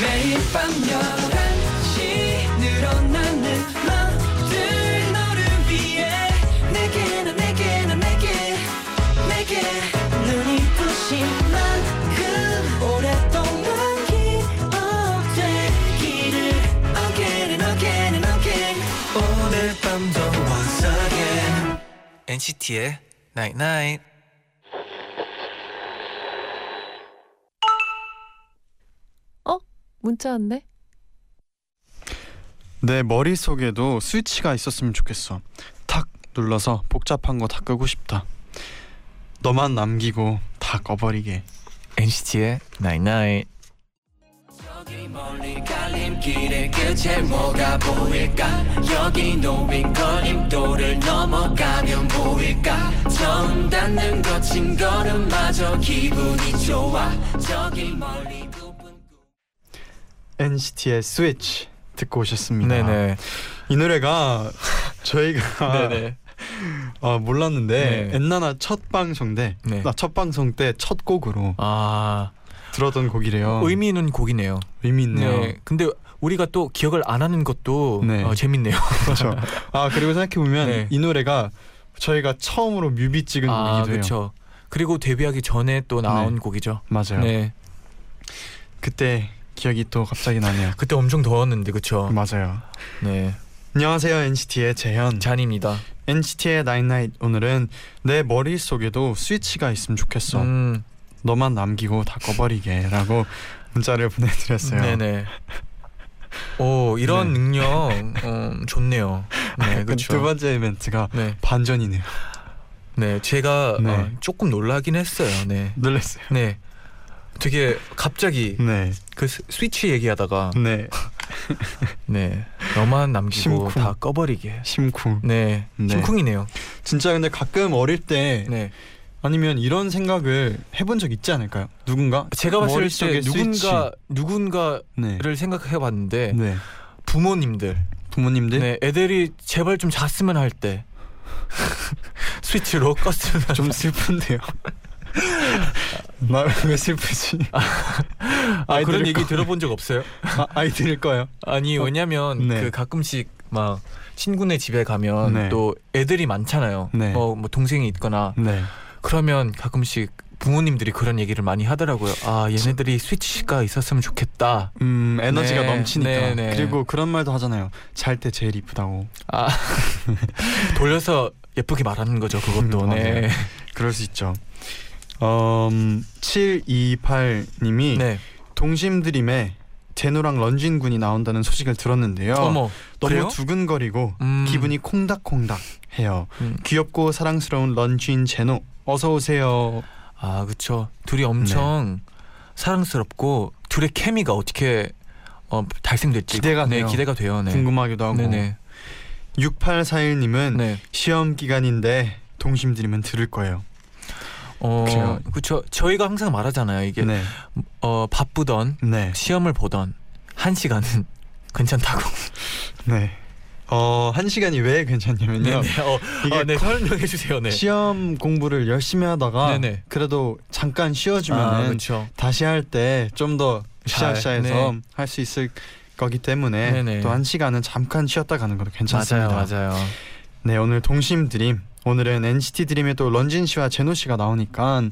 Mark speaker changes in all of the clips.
Speaker 1: 매일 밤 11시 늘어나는 맘들 너를 위해 내게 난 내게 난 내게 내게 눈이 부신 만큼 오랫동안 기억되기를 Again and again and again 오늘 밤도 once again
Speaker 2: NCT의 Night Night.
Speaker 3: 문자 왔네.
Speaker 4: 내 머릿속에도 스위치가 있었으면 좋겠어. 탁 눌러서 복잡한 거 다 끄고 싶다. 너만 남기고 다 꺼버리게.
Speaker 2: NCT의 Night Night.
Speaker 1: 저기 멀리 갈림길의 끝에 뭐가 보일까 여기 놓인 걸림돌을 넘어가면 보일까 처음 닿는 거친 걸음마저 기분이 좋아 저기 멀리 꿈꾼
Speaker 4: NCT의 스위치 듣고 오셨습니다.
Speaker 2: 네네.
Speaker 4: 이 노래가 저희가
Speaker 2: 아. 네네.
Speaker 4: 어, 몰랐는데
Speaker 2: 네.
Speaker 4: 엔나나 첫 방송 때,
Speaker 2: 네.
Speaker 4: 나 첫 방송 때 첫 곡으로
Speaker 2: 아
Speaker 4: 들었던 곡이래요.
Speaker 2: 의미 있는 곡이네요.
Speaker 4: 의미 어. 있네요.
Speaker 2: 네. 근데 우리가 또 기억을 안 하는 것도
Speaker 4: 네.
Speaker 2: 어, 재밌네요.
Speaker 4: 그렇죠. 아 그리고 생각해 보면
Speaker 2: 네.
Speaker 4: 이 노래가 저희가 처음으로 뮤비 찍은
Speaker 2: 아
Speaker 4: 곡이기도 해요.
Speaker 2: 그렇죠. 그리고 데뷔하기 전에 또 나온 곡이죠.
Speaker 4: 맞아요.
Speaker 2: 네.
Speaker 4: 그때 기억이 또 갑자기 나네요.
Speaker 2: 그때 엄청 더웠는데 그렇죠.
Speaker 4: 맞아요.
Speaker 2: 네.
Speaker 4: 어. 안녕하세요 NCT의 재현.
Speaker 2: 잔입니다.
Speaker 4: NCT의 나인나잇 오늘은 내 머릿속에도 스위치가 있으면 좋겠어.
Speaker 2: 음,
Speaker 4: 너만 남기고 다 꺼버리게라고 문자를 보내드렸어요.
Speaker 2: 네네. 오 이런
Speaker 4: 네.
Speaker 2: 능력 음, 좋네요. 네
Speaker 4: 그
Speaker 2: 그렇죠.
Speaker 4: 두 번째 이벤트가
Speaker 2: 네,
Speaker 4: 반전이네요.
Speaker 2: 네 제가
Speaker 4: 네.
Speaker 2: 어, 조금 놀라긴 했어요. 네,
Speaker 4: 놀랐어요.
Speaker 2: 네. 되게 갑자기
Speaker 4: 네,
Speaker 2: 그 스- 스위치 얘기하다가
Speaker 4: 네,
Speaker 2: 네 너만 남기고
Speaker 4: 심쿵.
Speaker 2: 다 꺼버리게.
Speaker 4: 심쿵.
Speaker 2: 네,
Speaker 4: 네.
Speaker 2: 심쿵이네요.
Speaker 4: 진짜 근데 가끔 어릴 때
Speaker 2: 네,
Speaker 4: 아니면 이런 생각을 해본 적 있지 않을까요? 누군가
Speaker 2: 제가 봤을 때
Speaker 4: 머릿속에 스위치.
Speaker 2: 누군가 누군가를
Speaker 4: 네.
Speaker 2: 생각해봤는데
Speaker 4: 네.
Speaker 2: 부모님들,
Speaker 4: 부모님들
Speaker 2: 네? 애들이 제발 좀 잤으면 할 때 스위치로 껐으면
Speaker 4: 좀 슬픈데요. 나 왜 슬프지?
Speaker 2: 아, 그런
Speaker 4: 아이들을
Speaker 2: 얘기
Speaker 4: 꺼-
Speaker 2: 들어본 적 없어요?
Speaker 4: 아, 아이들일 거예요.
Speaker 2: 아니 왜냐면
Speaker 4: 네.
Speaker 2: 그 가끔씩 막 친구네 집에 가면
Speaker 4: 네.
Speaker 2: 또 애들이 많잖아요.
Speaker 4: 네.
Speaker 2: 어, 뭐 동생이 있거나
Speaker 4: 네.
Speaker 2: 그러면 가끔씩 부모님들이 그런 얘기를 많이 하더라고요. 아 얘네들이 스위치가 있었으면 좋겠다.
Speaker 4: 음 에너지가
Speaker 2: 네,
Speaker 4: 넘치니까
Speaker 2: 네, 네.
Speaker 4: 그리고 그런 말도 하잖아요 잘 때 제일 이쁘다고
Speaker 2: 아 돌려서 예쁘게 말하는 거죠 그것도.
Speaker 4: 음,
Speaker 2: 네.
Speaker 4: 그럴 수 있죠 음, 728님이
Speaker 2: 네.
Speaker 4: 동심드림에 제노랑 런쥔 군이 나온다는 소식을 들었는데요
Speaker 2: 어머
Speaker 4: 너무
Speaker 2: 그래요?
Speaker 4: 두근거리고
Speaker 2: 음.
Speaker 4: 기분이 콩닥콩닥 해요
Speaker 2: 음.
Speaker 4: 귀엽고 사랑스러운 런쥔 제노 어서 오세요
Speaker 2: 아 그쵸. 둘이 엄청 사랑스럽고 둘의 케미가 어떻게 어, 달생될지
Speaker 4: 기대가
Speaker 2: 네,
Speaker 4: 돼요.
Speaker 2: 기대가 돼요. 네.
Speaker 4: 궁금하기도 하고 음.
Speaker 2: 네네.
Speaker 4: 6841님은
Speaker 2: 네.
Speaker 4: 시험 기간인데 동심드림은 들을 거예요
Speaker 2: 어,
Speaker 4: 그래요.
Speaker 2: 그렇죠. 저희가 항상 말하잖아요. 이게
Speaker 4: 네.
Speaker 2: 어, 바쁘던
Speaker 4: 네.
Speaker 2: 시험을 보던 한 시간은 괜찮다고.
Speaker 4: 네. 어, 한 시간이 왜 괜찮냐면요.
Speaker 2: 네네. 어,
Speaker 4: 이게
Speaker 2: 어, 네 설명해 주세요. 네.
Speaker 4: 시험 공부를 열심히 하다가
Speaker 2: 네네.
Speaker 4: 그래도 잠깐
Speaker 2: 아,
Speaker 4: 쉬어주면은
Speaker 2: 그렇죠.
Speaker 4: 다시 할 때 좀 더
Speaker 2: 잘,
Speaker 4: 으쌰으쌰해서
Speaker 2: 네.
Speaker 4: 할 수 있을 거기 때문에
Speaker 2: 네네.
Speaker 4: 또 한 시간은 잠깐 쉬었다 가는 것도 괜찮습니다.
Speaker 2: 맞아요, 맞아요.
Speaker 4: 네, 오늘 동심 드림. 오늘은 NCT 드림의 또 런진 씨와 제노 씨가 나오니까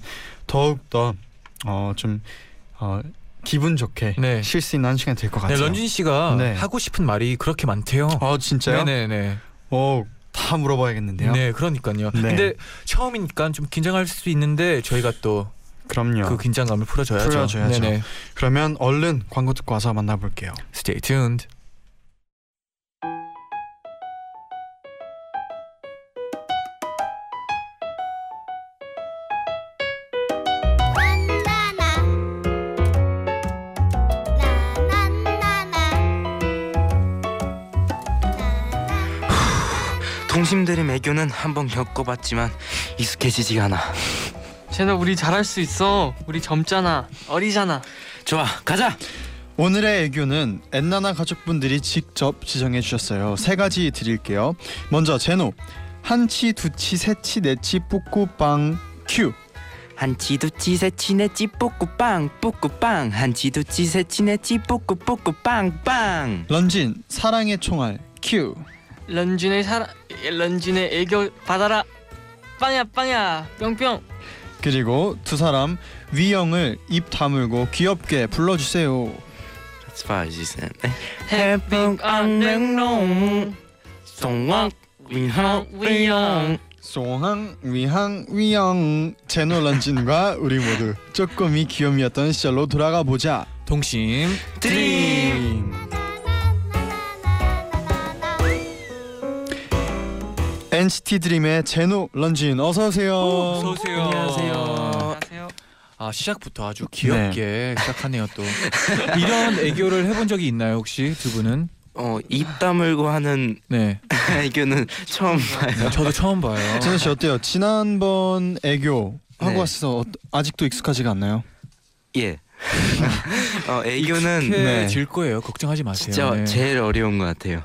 Speaker 4: 더욱 더어좀 어, 기분 좋게
Speaker 2: 네.
Speaker 4: 쉴 수 있는 한 시간 될 것
Speaker 2: 네,
Speaker 4: 같아요.
Speaker 2: 런쥔 씨가
Speaker 4: 네.
Speaker 2: 하고 싶은 말이 그렇게 많대요.
Speaker 4: 어 진짜요?
Speaker 2: 네네네.
Speaker 4: 오, 다 물어봐야겠는데요.
Speaker 2: 네, 그러니까요.
Speaker 4: 네.
Speaker 2: 근데 처음이니까 좀 긴장할 수 있는데 저희가 또 그
Speaker 4: 그럼요.
Speaker 2: 긴장감을 풀어줘야죠.
Speaker 4: 풀어줘야죠.
Speaker 2: 네네.
Speaker 4: 그러면 얼른 광고 듣고 와서 만나볼게요.
Speaker 2: Stay tuned.
Speaker 5: 나나나 나나나나
Speaker 6: 동심들의 애교는 한번 겪어봤지만 익숙해지지가 않아.
Speaker 7: 쟤는 우리 잘할 수 있어. 우리 젊잖아. 어리잖아.
Speaker 6: 좋아, 가자.
Speaker 4: 오늘의 애교는 엔나나 가족분들이 직접 지정해 주셨어요. 세 가지 드릴게요. 네 먼저 제노 한치, 두치, 세치, 네치, 뿌꾸빵 큐.
Speaker 6: 한치두치세 치네찌 뽀꾸빵 뽀꾸빵 한치두치세 치네찌 뽀꾸 뽀꾸빵빵
Speaker 4: 런쥔 사랑의 총알 큐.
Speaker 7: 런쥔의 사랑 예, 런쥔의 애교 받아라 빵야 빵야 뿅뿅
Speaker 4: 그리고 두 사람 위영을 입 다물고 귀엽게 불러주세요.
Speaker 6: 스파이시스
Speaker 7: 해빙 안냉롱
Speaker 6: 송왕 위형 위형
Speaker 4: 송항 위항 위영 제노 런쥔과 우리 모두 쪼꼬미 귀염이었던 시절로 돌아가 보자.
Speaker 2: 동심
Speaker 6: 드림
Speaker 4: NCT 드림의 제노 런쥔 어서 오세요.
Speaker 2: 어서 오세요.
Speaker 6: 안녕하세요.
Speaker 7: 안녕하세요
Speaker 2: 아 시작부터 아주 귀엽게 시작하네요 또 이런 애교를 해본 적이 있나요 혹시 두 분은?
Speaker 6: 어입 다물고 하는
Speaker 2: 네,
Speaker 6: 애교는 처음 봐요
Speaker 2: 저도 처음 봐요.
Speaker 4: 제노 씨 어때요? 지난번 애교 하고
Speaker 6: 네.
Speaker 4: 왔어 아직도 익숙하지가 않나요?
Speaker 6: 예 어, 애교는
Speaker 4: 네.
Speaker 2: 질 거예요. 걱정하지 마세요.
Speaker 6: 진짜
Speaker 2: 네.
Speaker 6: 제일 어려운 것 같아요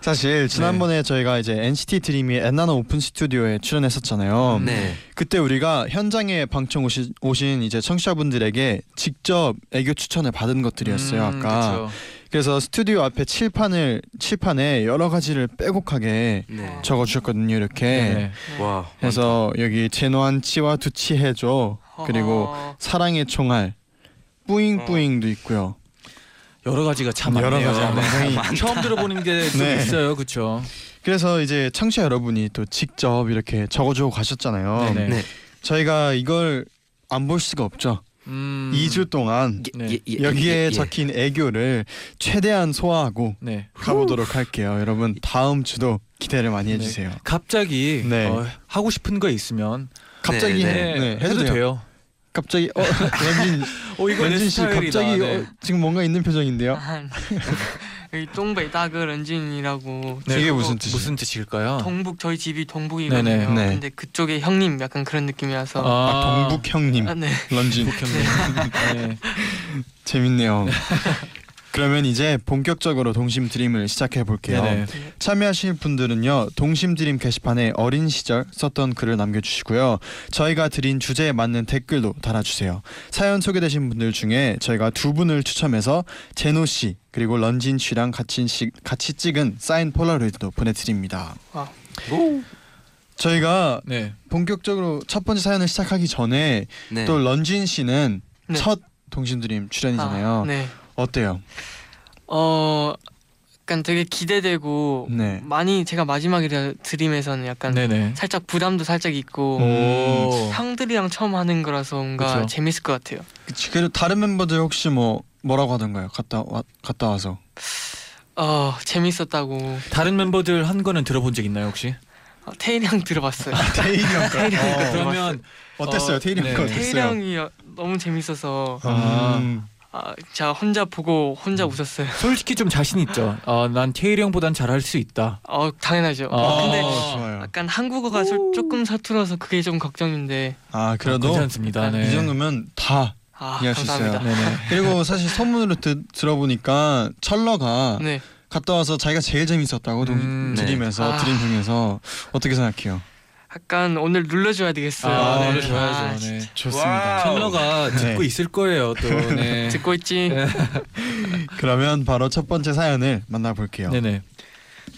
Speaker 4: 사실 지난번에 저희가 이제 NCT 드림이 엔나나 오픈 스튜디오에 출연했었잖아요.
Speaker 6: 네
Speaker 4: 그때 우리가 현장에 방청 오신, 오신 이제 청취자분들에게 직접 애교 추천을 받은 것들이었어요
Speaker 2: 음,
Speaker 4: 아까.
Speaker 2: 그쵸.
Speaker 4: 그래서 스튜디오 앞에 칠판을 칠판에 여러 가지를 빼곡하게
Speaker 6: 네.
Speaker 4: 적어 주셨거든요 이렇게.
Speaker 2: 네.
Speaker 6: 와
Speaker 4: 그래서 여기 제노한 치와 두치 해줘 그리고
Speaker 7: 어허.
Speaker 4: 사랑의 총알 뿌잉뿌잉도 있고요.
Speaker 2: 여러 가지가 참
Speaker 4: 여러
Speaker 2: 많네요.
Speaker 4: 가지가
Speaker 2: 네. 처음 들어보는 게 좀
Speaker 4: 네.
Speaker 2: 있어요, 그렇죠?
Speaker 4: 그래서 이제 청취자 여러분이 또 직접 이렇게 적어주고 가셨잖아요.
Speaker 2: 네네.
Speaker 6: 네.
Speaker 4: 저희가 이걸 안 볼 수가 없죠.
Speaker 2: 음,
Speaker 4: 2주 동안
Speaker 2: 네.
Speaker 4: 여기에
Speaker 6: 예, 예.
Speaker 4: 적힌 애교를 최대한 소화하고
Speaker 2: 네.
Speaker 4: 가보도록 할게요. 여러분 다음 주도 기대를 많이
Speaker 2: 네.
Speaker 4: 해주세요.
Speaker 2: 갑자기
Speaker 4: 네.
Speaker 2: 어, 하고 싶은 거 있으면
Speaker 4: 갑자기
Speaker 6: 네,
Speaker 4: 해, 네, 해도,
Speaker 2: 해도
Speaker 4: 돼요.
Speaker 2: 돼요.
Speaker 4: 갑자기 어 런진
Speaker 2: 어 이거 내
Speaker 4: 런진 씨
Speaker 2: 스타일이다.
Speaker 4: 갑자기
Speaker 2: 네.
Speaker 4: 어, 지금 뭔가 있는 표정인데요.
Speaker 7: 아, 여기 동北다그 런쥔이라고
Speaker 2: 네,
Speaker 4: 이게
Speaker 2: 그거
Speaker 4: 무슨 뜻이죠?
Speaker 2: 무슨 뜻일까요?
Speaker 7: 동북 저희 집이 동북이거든요.
Speaker 4: 네네. 네.
Speaker 7: 근데 그쪽에 형님 약간 그런 느낌이라서
Speaker 4: 아, 동북 형님
Speaker 7: 아, 네.
Speaker 4: 런진
Speaker 2: 북형님. 네.
Speaker 4: 재밌네요. 그러면 이제 본격적으로 동심 드림을 시작해 볼게요.
Speaker 2: 네네.
Speaker 4: 참여하실 분들은요 동심 드림 게시판에 어린 시절 썼던 글을 남겨주시고요 저희가 드린 주제에 맞는 댓글도 달아주세요 사연 소개되신 분들 중에 저희가 두 분을 추첨해서 제노 씨 그리고 런진 씨랑 같이 시- 같이 찍은 사인 폴라로이드도 보내드립니다
Speaker 7: 와.
Speaker 4: 저희가
Speaker 2: 네.
Speaker 4: 본격적으로 첫 번째 사연을 시작하기 전에
Speaker 6: 네.
Speaker 4: 또 런진 씨는
Speaker 7: 네.
Speaker 4: 첫 동심 드림 출연이잖아요
Speaker 7: 아, 네.
Speaker 4: 어때요?
Speaker 7: 어, 약간 되게 기대되고
Speaker 4: 네
Speaker 7: 많이 제가 마지막이라 드림에서는 약간
Speaker 2: 네네.
Speaker 7: 살짝 부담도 살짝 있고
Speaker 4: 음.
Speaker 2: 오.
Speaker 7: 형들이랑 처음 하는 거라서 뭔가
Speaker 2: 그쵸.
Speaker 7: 재밌을 것 같아요.
Speaker 4: 그치, 그리고 다른 멤버들 혹시 뭐 뭐라고 하던가요? 갔다 와, 갔다 와서
Speaker 7: 어, 재밌었다고
Speaker 2: 다른 멤버들 한 거는 들어본 적 있나요 혹시?
Speaker 7: 어, 테일이 형 들어봤어요.
Speaker 2: 네,
Speaker 4: 태일이 형 거.
Speaker 7: 네.
Speaker 4: 어,
Speaker 2: 그러면
Speaker 4: 어땠어요?
Speaker 2: 어,
Speaker 4: 태일이 형
Speaker 2: 네.
Speaker 4: 거
Speaker 7: 테일이
Speaker 4: 어땠어요?
Speaker 7: 형이 너무 재밌어서
Speaker 4: 아,
Speaker 7: 아, 제가 혼자
Speaker 2: 음.
Speaker 7: 보고 혼자 웃었어요.
Speaker 2: 솔직히 좀 자신 있죠. 어, 난 테일이 형보단 잘할 수 있다.
Speaker 7: 어, 당연하죠.
Speaker 2: 아.
Speaker 7: 근데
Speaker 4: 어, 좋아요.
Speaker 7: 약간 한국어가 소- 조금 서툴어서 그게 좀 걱정인데
Speaker 4: 아 그래도
Speaker 2: 괜찮습니다. 네.
Speaker 4: 이 정도면 다.
Speaker 7: 아
Speaker 4: 이해할 수
Speaker 7: 감사합니다.
Speaker 2: 네네.
Speaker 4: 그리고 사실 소문으로 듣, 들어보니까 철러가
Speaker 7: 네
Speaker 4: 갔다 와서 자기가 제일 재밌었다고 동,
Speaker 2: 음,
Speaker 6: 네.
Speaker 4: 드림에서
Speaker 7: 아.
Speaker 4: 드림 중에서 어떻게 생각해요?
Speaker 7: 약간 오늘 눌러줘야 되겠어요.
Speaker 2: 아,
Speaker 7: 네.
Speaker 2: 오늘 줘야죠.
Speaker 7: 아,
Speaker 2: 네.
Speaker 7: 진짜.
Speaker 6: 와우.
Speaker 2: 첼러가
Speaker 4: 네.
Speaker 2: 듣고 있을 거예요. 또. 네.
Speaker 7: 듣고 있지.
Speaker 2: 네.
Speaker 4: 그러면 바로 첫 번째 사연을 만나볼게요. 네.
Speaker 2: 네네.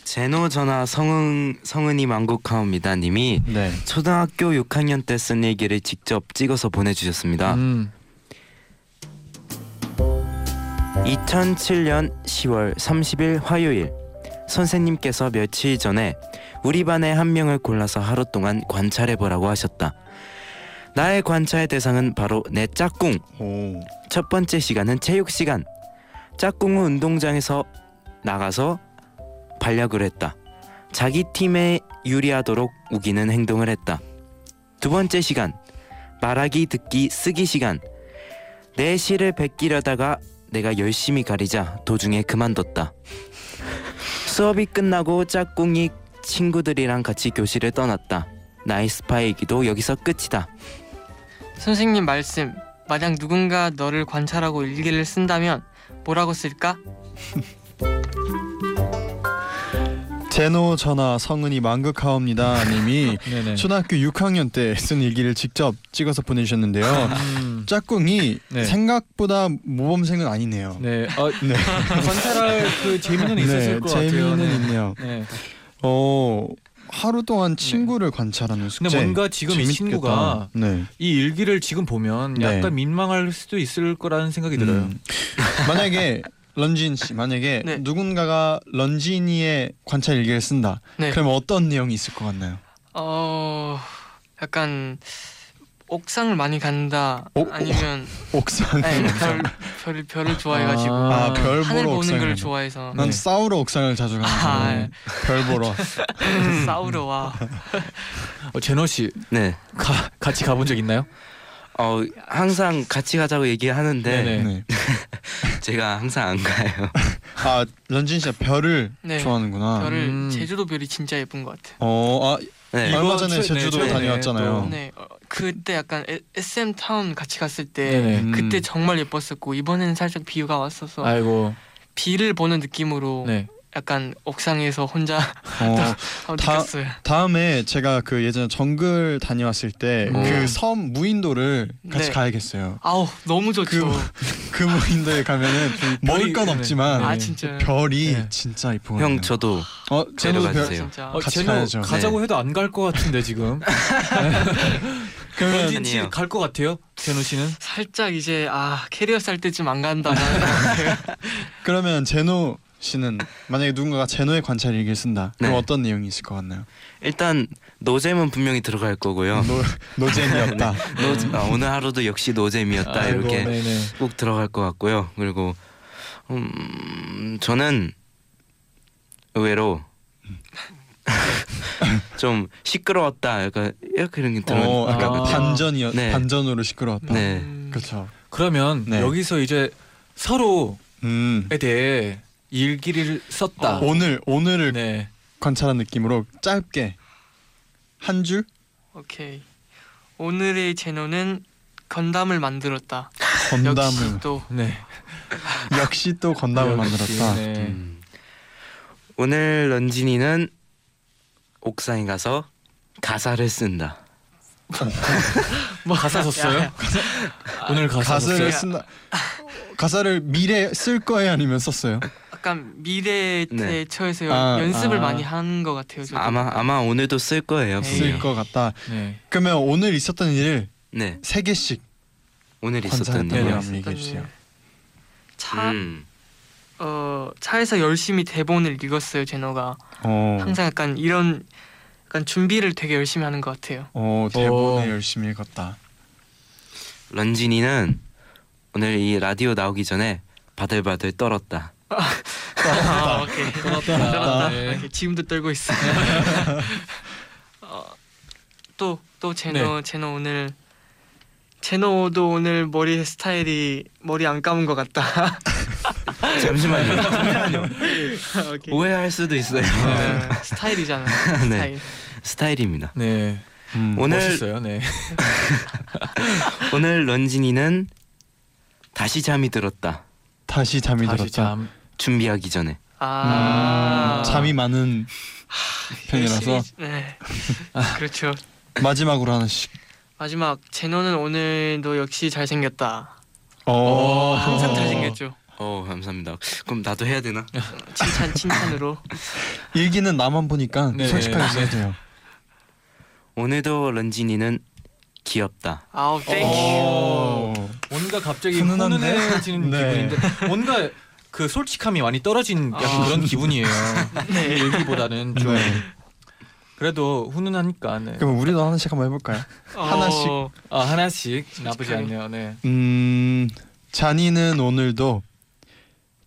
Speaker 6: 제노 전화 성은 성은이 만국하옵니다 님이
Speaker 4: 네.
Speaker 6: 초등학교 6학년 때 쓴 일기를 직접 찍어서 보내주셨습니다.
Speaker 2: 음.
Speaker 6: 2007년 10월 30일 화요일 선생님께서 며칠 전에 우리 반에 한 명을 골라서 하루 동안 관찰해보라고 하셨다. 나의 관찰 대상은 바로 내 짝꿍.
Speaker 4: 오.
Speaker 6: 첫 번째 시간은 체육 시간. 짝꿍은 운동장에서 나가서 반략을 했다. 자기 팀에 유리하도록 우기는 행동을 했다. 두 번째 시간. 말하기 듣기 쓰기 시간. 내 시를 베끼려다가 내가 열심히 가리자 도중에 그만뒀다. 수업이 끝나고 짝꿍이 친구들이랑 같이 교실을 떠났다. 나의 스파이기도 여기서 끝이다.
Speaker 7: 선생님 말씀. 만약 누군가 너를 관찰하고 일기를 쓴다면 뭐라고 쓸까?
Speaker 4: 제노 전화 성은이 만극하옵니다 님이
Speaker 2: 네네.
Speaker 4: 초등학교 6학년 때 쓴 일기를 직접 찍어서 보내주셨는데요.
Speaker 2: 음,
Speaker 4: 짝꿍이
Speaker 2: 네.
Speaker 4: 생각보다 모범생은 아니네요.
Speaker 2: 네. 어,
Speaker 4: 네.
Speaker 2: 관찰할 그 재미는 있었을 것
Speaker 4: 재미는
Speaker 2: 같아요. 네.
Speaker 4: 있네요.
Speaker 2: 네.
Speaker 4: 어 하루 동안 친구를 관찰하는 숙제.
Speaker 2: 근데 뭔가 지금 이
Speaker 4: 재밌겠다.
Speaker 2: 친구가
Speaker 4: 네.
Speaker 2: 이 일기를 지금 보면
Speaker 4: 네.
Speaker 2: 약간 민망할 수도 있을 거라는 생각이 들어요.
Speaker 4: 음. 만약에 런진 씨 만약에
Speaker 7: 네.
Speaker 4: 누군가가 런진이의 관찰 일기를 쓴다.
Speaker 7: 네.
Speaker 4: 그럼 어떤 내용이 있을 것 같나요?
Speaker 7: 어 약간 옥상을 많이 간다
Speaker 4: 옥-
Speaker 7: 아니면
Speaker 4: 어? 옥상.
Speaker 7: 아니, 별, 별 별을 좋아해가지고
Speaker 2: 아,
Speaker 4: 아별
Speaker 7: 네. 하늘
Speaker 4: 보러 음.
Speaker 7: 보는 걸
Speaker 4: 옥상을.
Speaker 7: 좋아해서
Speaker 4: 난
Speaker 2: 네.
Speaker 4: 싸우러 옥상을 자주
Speaker 7: 아,
Speaker 4: 가는 거별 보러.
Speaker 7: 싸우러 와.
Speaker 2: 어, 제노 씨
Speaker 6: 네.
Speaker 2: 가, 같이 가본 적 있나요?
Speaker 6: 어 항상 같이 가자고 얘기하는데
Speaker 2: 네네.
Speaker 4: 네.
Speaker 6: 제가 항상 안 가요.
Speaker 4: 아 런진 씨가 별을
Speaker 7: 네.
Speaker 4: 좋아하는구나.
Speaker 7: 별을
Speaker 2: 음.
Speaker 7: 제주도 별이 진짜 예쁜 것 같아.
Speaker 4: 어, 아,
Speaker 6: 네.
Speaker 2: 이거
Speaker 4: 얼마 전에
Speaker 2: 최-
Speaker 4: 제주도
Speaker 2: 네, 최근에
Speaker 4: 다녀왔잖아요.
Speaker 2: 또.
Speaker 7: 네 어, 그때 약간 에- SM 타운 같이 갔을 때
Speaker 2: 네네.
Speaker 4: 음.
Speaker 7: 그때 정말 예뻤었고 이번에는 살짝 비가 왔어서
Speaker 2: 아이고.
Speaker 7: 비를 보는 느낌으로
Speaker 2: 네.
Speaker 7: 약간 옥상에서 혼자
Speaker 6: 네.
Speaker 4: 어,
Speaker 7: 한번
Speaker 4: 다-
Speaker 7: 느꼈어요.
Speaker 4: 다음에 제가 그 예전에 정글 다녀왔을 때
Speaker 2: 음.
Speaker 4: 그 섬 무인도를 같이
Speaker 7: 네.
Speaker 4: 가야겠어요.
Speaker 7: 아우 너무 좋죠.
Speaker 4: 그 무인도에 가면은
Speaker 6: 네.
Speaker 4: 먹을 건 없지만
Speaker 7: 아 진짜.
Speaker 4: 별이
Speaker 2: 네.
Speaker 4: 진짜 이쁘거든요.
Speaker 6: 형 저도
Speaker 4: 어,
Speaker 6: 제로
Speaker 4: 저도 별
Speaker 6: 같아요.
Speaker 7: 진짜.
Speaker 2: 어,
Speaker 4: 같이
Speaker 2: 제노
Speaker 4: 가야죠. 네.
Speaker 2: 가자고 해도 안 갈 것 같은데 지금.
Speaker 4: 그러면
Speaker 2: 런진
Speaker 6: 아니에요.
Speaker 2: 씨갈 것 같아요? 제노 씨는?
Speaker 7: 살짝 이제 아 캐리어 살 때쯤 안 간다.
Speaker 4: 네.
Speaker 7: 나는.
Speaker 4: 그러면 제노 씨는 만약에 누군가가 제노의 관찰 일기를 쓴다. 그럼
Speaker 6: 네.
Speaker 4: 어떤 내용이 있을 것 같나요?
Speaker 6: 일단 노잼은 분명히 들어갈 거고요.
Speaker 4: 노 노잼이 없다.
Speaker 6: 노, 아, 오늘 하루도 역시 노잼이었다
Speaker 2: 아이고,
Speaker 6: 이렇게
Speaker 2: 네네.
Speaker 6: 꼭 들어갈 것 같고요. 그리고 음, 저는 의외로 좀 시끄러웠다. 약간 이렇게 이런 게
Speaker 4: 어,
Speaker 6: 들어갈
Speaker 4: 약간
Speaker 6: 것
Speaker 2: 아.
Speaker 6: 같아요.
Speaker 4: 반전이었
Speaker 6: 네.
Speaker 4: 반전으로 시끄러웠다.
Speaker 6: 네.
Speaker 7: 음,
Speaker 4: 그렇죠.
Speaker 2: 그러면
Speaker 4: 네.
Speaker 2: 여기서 이제 서로에
Speaker 4: 음.
Speaker 2: 대해 일기를 썼다.
Speaker 4: 아, 어, 오늘 오늘을
Speaker 2: 네.
Speaker 4: 관찰한 느낌으로 짧게 한 줄?
Speaker 7: 오케이. 오늘의 제노는 건담을 만들었다. 역시
Speaker 4: 건담을
Speaker 7: 또
Speaker 2: 네.
Speaker 4: 역시 또
Speaker 2: 역시,
Speaker 4: 건담을 만들었다.
Speaker 2: 네.
Speaker 6: 음. 오늘 런진이는 옥상에 가서 가사를 쓴다.
Speaker 2: 뭐 가사 썼어요?
Speaker 7: 야, 야.
Speaker 2: 오늘 가사 썼어요?
Speaker 4: 가사를
Speaker 7: 썼어요?
Speaker 4: 쓴다. 가사를 미래 쓸 거예요 아니면 썼어요?
Speaker 7: 약간 미래에
Speaker 6: 네.
Speaker 7: 처해서
Speaker 4: 아,
Speaker 7: 연습을
Speaker 4: 아.
Speaker 7: 많이 하는 것 같아요. 저도.
Speaker 6: 아마 아마 오늘도 쓸 거예요.
Speaker 7: 네.
Speaker 4: 쓸
Speaker 6: 분명.
Speaker 4: 것 같다.
Speaker 2: 네.
Speaker 4: 그러면 오늘 있었던 일을
Speaker 6: 네.
Speaker 4: 세 개씩
Speaker 6: 오늘 있었던
Speaker 4: 관찰했던
Speaker 2: 일이요?
Speaker 7: 네,
Speaker 6: 일이요.
Speaker 4: 거라면 음, 얘기해 주세요.
Speaker 7: 차,
Speaker 6: 음.
Speaker 7: 어, 차에서 열심히 대본을 읽었어요. 제노가
Speaker 4: 어,
Speaker 7: 항상 약간 이런 약간 준비를 되게 열심히 하는 것 같아요.
Speaker 4: 어 대본에
Speaker 2: 어.
Speaker 4: 열심히 읽었다.
Speaker 6: 런진이는 오늘 이 라디오 나오기 전에 바들바들 떨었다.
Speaker 7: 아, 오케이.
Speaker 2: 떠났다.
Speaker 7: 떨었다.
Speaker 2: 네.
Speaker 7: 이렇게 지금도 떨고 있어. 어, 또또
Speaker 4: 네.
Speaker 7: 제노 제노 오늘 제노도 오늘 머리 스타일이 머리 안 감은 것 같다.
Speaker 6: 잠시만요.
Speaker 7: 오케이.
Speaker 6: 오해할 수도 있어요.
Speaker 4: 네.
Speaker 6: 네,
Speaker 7: 어, 스타일이잖아. 네. 스타일.
Speaker 6: 스타일입니다.
Speaker 2: 네.
Speaker 4: 음.
Speaker 6: 오늘
Speaker 2: 멋있어요. 네.
Speaker 6: 오늘 런진이는 다시 잠이 들었다.
Speaker 4: 다시 잠이
Speaker 2: 다시
Speaker 4: 음, 들었다.
Speaker 2: 잠.
Speaker 6: 준비하기 전에.
Speaker 7: 아
Speaker 4: 음, 잠이 많은 편이라서 아.
Speaker 7: 열심히- 네. 그렇죠.
Speaker 4: 마지막으로 하나씩.
Speaker 7: 마지막 제노는 오늘도 역시 잘생겼다.
Speaker 4: 어.
Speaker 7: 항상 잘생겼죠.
Speaker 6: 어 감사합니다. 그럼 나도 해야 되나?
Speaker 7: 칭찬 칭찬으로.
Speaker 4: 일기는 나만 보니까
Speaker 2: 네.
Speaker 4: 솔직하게 써야 돼요.
Speaker 6: 오늘도 런진이는 귀엽다.
Speaker 7: 아우
Speaker 4: 어.
Speaker 7: 땡큐.
Speaker 4: 오.
Speaker 2: 뭔가 갑자기
Speaker 4: 훈훈한데?
Speaker 2: 훈훈해지는
Speaker 4: 네.
Speaker 2: 기분인데 뭔가 그 솔직함이 많이 떨어진 약간
Speaker 7: 아.
Speaker 2: 그런 기분이에요.
Speaker 7: 네.
Speaker 2: 일기보다는 좀
Speaker 4: 네.
Speaker 2: 그래도 훈훈하니까. 네.
Speaker 4: 그럼 우리도 하나씩 한번 해볼까요? 하나씩.
Speaker 7: 어,
Speaker 2: 아 하나씩 나쁘지
Speaker 7: 솔직하게.
Speaker 2: 않네요. 네.
Speaker 4: 음 잔이는 오늘도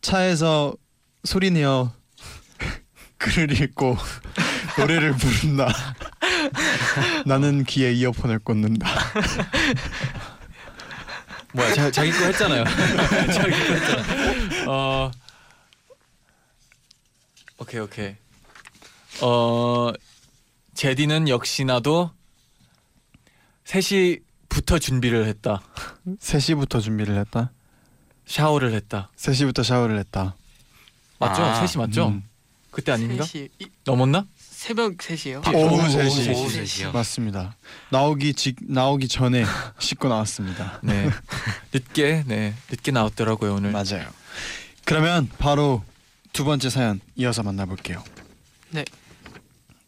Speaker 4: 차에서 소리내어 글을 읽고 노래를 부른다. 나는 귀에 이어폰을 꽂는다.
Speaker 2: 뭐야 자, 자기 거 했잖아요. 자기 거 했잖아. 어 오케이 오케이. 어 제디는 역시나도 3시부터 준비를 했다.
Speaker 4: 3시부터 준비를 했다.
Speaker 2: 샤워를 했다.
Speaker 4: 3시부터 샤워를 했다.
Speaker 2: 맞죠?
Speaker 6: 아.
Speaker 2: 3시 맞죠?
Speaker 4: 음.
Speaker 2: 그때 아닌가?
Speaker 7: 3시 이,
Speaker 2: 넘었나?
Speaker 7: 새벽 3시요?
Speaker 4: 아, 오후
Speaker 2: 오후
Speaker 4: 3시.
Speaker 2: 오후
Speaker 6: 세시요.
Speaker 4: 맞습니다. 나오기 직 나오기 전에 씻고 나왔습니다.
Speaker 2: 네. 늦게 네 늦게 나왔더라고요 오늘.
Speaker 4: 맞아요. 그러면 바로 두 번째 사연 이어서 만나볼게요.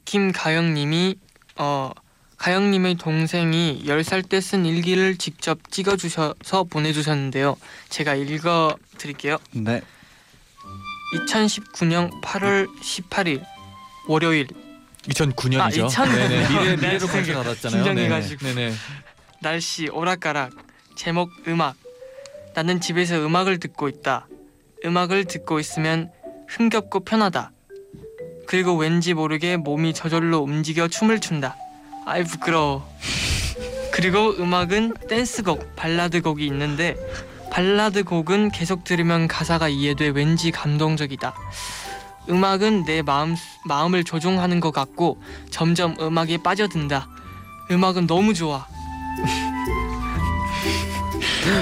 Speaker 7: 김가영님이 어 가영님의 동생이 10살 때 쓴 일기를 직접 찍어주셔서 보내주셨는데요. 제가 읽어드릴게요.
Speaker 4: 네.
Speaker 7: 2019년 8월 18일 월요일
Speaker 2: 2009년이죠.
Speaker 7: 아, 2009 년.
Speaker 2: 네네. 미래 미래로
Speaker 7: 네,
Speaker 2: 관심 받았잖아요.
Speaker 7: 긴장해가지고.
Speaker 2: 네네. 네네.
Speaker 7: 날씨 오락가락 제목 음악 나는 집에서 음악을 듣고 있다 음악을 듣고 있으면 흥겹고 편하다 그리고 왠지 모르게 몸이 저절로 움직여 춤을 춘다 아이 부끄러워 그리고 음악은 댄스곡 발라드곡이 있는데 발라드곡은 계속 들으면 가사가 이해돼 왠지 감동적이다 음악은 내 마음, 마음을 조종하는 것 같고 점점 음악에 빠져든다 음악은 너무 좋아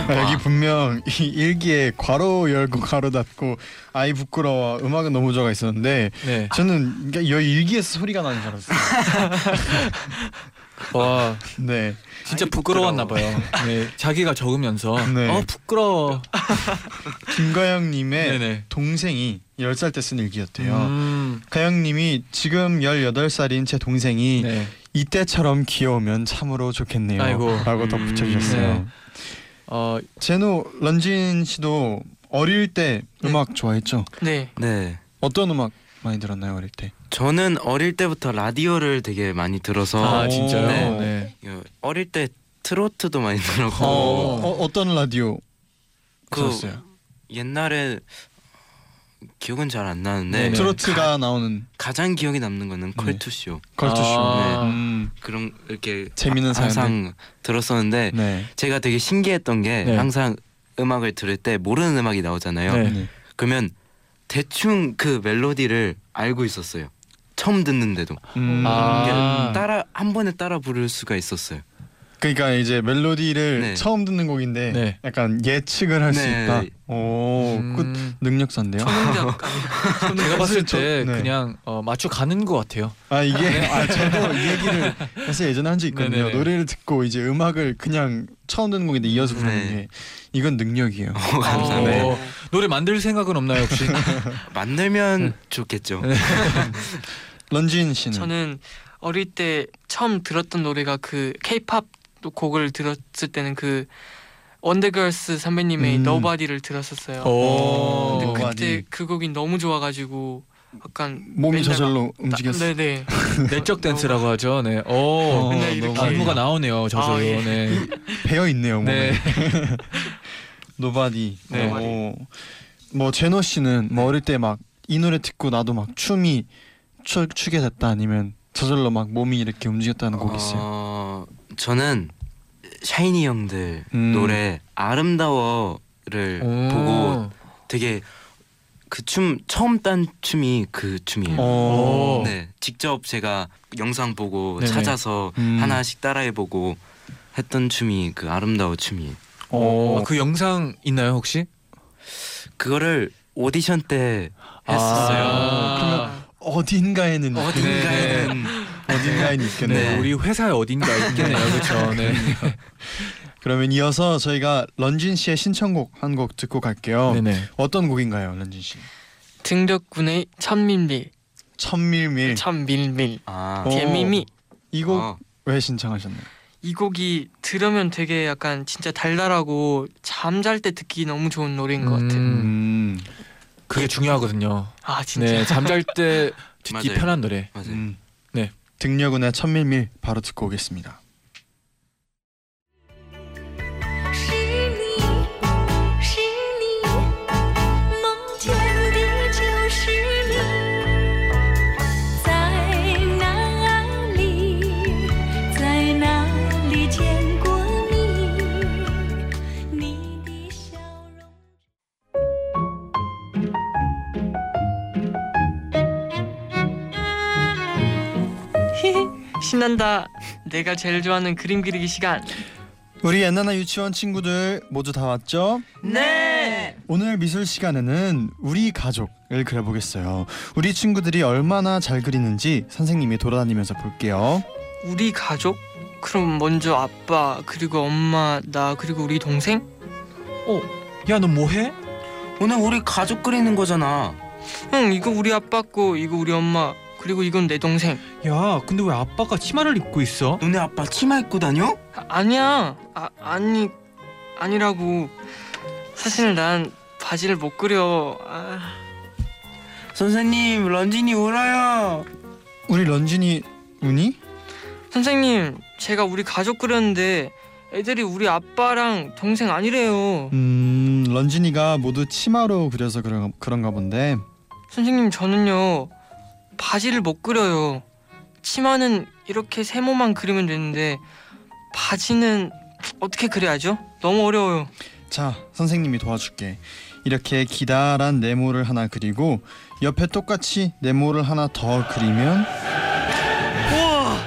Speaker 4: 아, 여기
Speaker 2: 아.
Speaker 4: 분명 이 일기에 괄호 열고 괄호 닫고 아이 부끄러워 음악은 너무 좋아가 있었는데
Speaker 2: 네.
Speaker 4: 저는 그러니까 이 일기에서 소리가 나는 줄 알았어요.
Speaker 2: 와
Speaker 4: 네.
Speaker 2: 진짜 부끄러웠나 봐요. 네. 자기가 적으면서
Speaker 4: 네.
Speaker 2: 어 부끄러워.
Speaker 4: 김가영 님의
Speaker 2: 네네.
Speaker 4: 동생이 10살 때 쓴 일기였대요.
Speaker 2: 음.
Speaker 4: 가영 님이 지금 18살인 제 동생이
Speaker 2: 네.
Speaker 4: 이때처럼 귀여우면 참으로 좋겠네요.
Speaker 2: 아이고.
Speaker 4: 라고 덧붙여 주셨어요.
Speaker 2: 네. 어
Speaker 4: 제노 런쥔 씨도 어릴 때
Speaker 7: 네.
Speaker 4: 음악 좋아했죠?
Speaker 7: 네
Speaker 6: 네.
Speaker 4: 어떤 음악 많이 들었나요 어릴 때?
Speaker 6: 저는 어릴 때부터 라디오를 되게 많이 들어서
Speaker 2: 아,
Speaker 4: 오.
Speaker 2: 진짜요?
Speaker 6: 네.
Speaker 2: 네.
Speaker 6: 이거 어릴 때 트로트도 많이
Speaker 4: 어,
Speaker 6: 들었고
Speaker 4: 어, 어떤 라디오
Speaker 6: 그
Speaker 4: 들었어요?
Speaker 6: 옛날에 기억은 잘 안
Speaker 2: 네,
Speaker 6: 나는데
Speaker 2: 네.
Speaker 4: 트로트가 나오는
Speaker 6: 가장 기억에 남는 거는
Speaker 4: 네.
Speaker 6: 컬투쇼
Speaker 4: 걸투쇼.
Speaker 2: 아.
Speaker 4: 음,
Speaker 6: 그런 이렇게
Speaker 4: 재밌는
Speaker 6: 하- 항상 들었었는데
Speaker 4: 네.
Speaker 6: 제가 되게 신기했던 게
Speaker 2: 네.
Speaker 6: 항상 음악을 들을 때 모르는 음악이 나오잖아요.
Speaker 2: 네.
Speaker 6: 그러면 대충 그 멜로디를 알고 있었어요. 처음 듣는데도
Speaker 4: 음,
Speaker 2: 아.
Speaker 6: 따라 한 번에 따라 부를 수가 있었어요.
Speaker 4: 그러니까 이제 멜로디를
Speaker 6: 네.
Speaker 4: 처음 듣는 곡인데
Speaker 2: 네.
Speaker 4: 약간 예측을 할 수
Speaker 6: 네.
Speaker 4: 있다. 오, 그
Speaker 2: 음,
Speaker 4: 능력자인데요.
Speaker 7: 초능력 아니
Speaker 2: 제가 봤을
Speaker 4: 저-
Speaker 2: 때
Speaker 4: 네.
Speaker 2: 그냥 어, 맞춰 가는 것 같아요.
Speaker 4: 아 이게 아 저도 이 얘기를 사실 예전에 한 적 있거든요.
Speaker 2: 네네네.
Speaker 4: 노래를 듣고 이제 음악을 그냥 처음 듣는 곡인데 이어서 부르는
Speaker 6: 네.
Speaker 4: 게 이건 능력이에요.
Speaker 2: 어.
Speaker 6: 감사합니다.
Speaker 7: 네.
Speaker 2: 오. 노래 만들 생각은 없나요 혹시?
Speaker 6: 만들면 좋겠죠.
Speaker 2: 네.
Speaker 4: 런쥔
Speaker 6: 네.
Speaker 4: 씨는
Speaker 7: 저는 어릴 때 처음 들었던 노래가 그 케이팝 곡을 들었을 때는 그 원더걸스 선배님의
Speaker 4: 음.
Speaker 7: Nobody를 들었어요.
Speaker 2: 오.
Speaker 4: 근데
Speaker 7: 근데 그때
Speaker 4: Nobody.
Speaker 7: 그 곡이 너무 좋아가지고 약간
Speaker 4: 몸이
Speaker 7: 맨날
Speaker 4: 저절로
Speaker 7: 막 따-
Speaker 4: 움직였어.
Speaker 7: 네네.
Speaker 2: 내적 댄스라고 하죠. 네. 오.
Speaker 4: 어,
Speaker 7: 맨날 이렇게
Speaker 4: 너무
Speaker 2: 안무가 나오네요. 저절로.
Speaker 7: 아, 예.
Speaker 2: 네.
Speaker 4: 배어 있네요 몸에.
Speaker 2: 네.
Speaker 4: 노바디.
Speaker 2: 네.
Speaker 4: 오. 뭐 제노 씨는 뭐 어릴 때 막 이 노래 듣고 나도 막 춤이 추, 추게 됐다 아니면 저절로 막 몸이 이렇게 움직였다는
Speaker 2: 아.
Speaker 4: 곡 있어요.
Speaker 6: 어, 저는 샤이니 형들
Speaker 4: 음.
Speaker 6: 노래 아름다워를
Speaker 2: 오. 어,
Speaker 6: 보고 되게 그 춤 처음 딴 춤이 그 춤이에요.
Speaker 4: 어.
Speaker 2: 오.
Speaker 6: 네, 직접 제가 영상 보고
Speaker 2: 네네.
Speaker 6: 찾아서
Speaker 4: 음.
Speaker 6: 하나씩 따라해보고 했던 춤이 그 아름다운 춤이에요.
Speaker 4: 어.
Speaker 2: 오. 그 영상 있나요 혹시?
Speaker 6: 그거를 오디션 때
Speaker 4: 아.
Speaker 6: 했었어요.
Speaker 4: 그러면
Speaker 7: 아,
Speaker 4: 어딘가에는
Speaker 6: 어딘가에는
Speaker 4: 어딘가에는 있겠네요.
Speaker 2: 네. 우리 회사 어딘가 있겠네요. 그렇죠. 네.
Speaker 4: 그러면 이어서 저희가 런쥔 씨의 신청곡 한 곡 듣고 갈게요.
Speaker 2: 네네.
Speaker 4: 어떤 곡인가요, 런쥔 씨?
Speaker 7: 등덕군의 천밀밀,
Speaker 4: 천밀밀.
Speaker 7: 천밀밀,
Speaker 6: 아,
Speaker 4: 어.
Speaker 7: 개미미
Speaker 4: 이 곡
Speaker 6: 아,
Speaker 4: 왜 신청하셨나요?
Speaker 7: 이 곡이 들으면 되게 약간 진짜 달달하고 잠잘 때 듣기 너무 좋은 노래인 것 같아요.
Speaker 2: 음.
Speaker 4: 음.
Speaker 2: 그게 중요하거든요.
Speaker 7: 아 진짜.
Speaker 2: 네. 잠잘 때 듣기
Speaker 6: 맞아요.
Speaker 2: 편한 노래.
Speaker 6: 맞아요.
Speaker 4: 음.
Speaker 2: 네.
Speaker 4: 등려군의 천밀밀 바로 듣고 오겠습니다.
Speaker 3: 是你，是你，梦见的就是你，在哪里，在哪里见过你？你的笑容。
Speaker 7: 신난다. 내가 제일 좋아하는 그림 그리기 시간.
Speaker 4: 우리 엔나나 유치원 친구들 모두 다 왔죠?
Speaker 7: 네.
Speaker 4: 오늘 미술 시간에는 우리 가족을 그려보겠어요. 우리 친구들이 얼마나 잘 그리는지 선생님이 돌아다니면서 볼게요.
Speaker 7: 우리 가족? 그럼 먼저 아빠 그리고 엄마 나 그리고 우리 동생?
Speaker 2: 야, 너 뭐해?
Speaker 6: 오늘 우리 가족 그리는 거잖아.
Speaker 7: 응 이거 우리 아빠 거 이거 우리 엄마 그리고 이건 내 동생.
Speaker 2: 야, 근데 왜 아빠가 치마를 입고 있어?
Speaker 6: 너네 아빠 치마 입고 다녀?
Speaker 7: 아, 아니야 아, 아니 아니라고 사실 난 바지를 못 그려 아,
Speaker 6: 선생님 런쥔이 울어요.
Speaker 4: 우리 런쥔이 우니?
Speaker 7: 선생님 제가 우리 가족 그렸는데 애들이 우리 아빠랑 동생 아니래요
Speaker 4: 음, 런쥔이가 모두 치마로 그려서 그런, 그런가 본데.
Speaker 7: 선생님 저는요 바지를 못 그려요 치마는 이렇게 세모만 그리면 되는데 바지는 어떻게 그려야죠? 너무 어려워요
Speaker 4: 자, 선생님이 도와줄게. 이렇게 기다란 네모를 하나 그리고 옆에 똑같이 네모를 하나 더 그리면
Speaker 7: 우와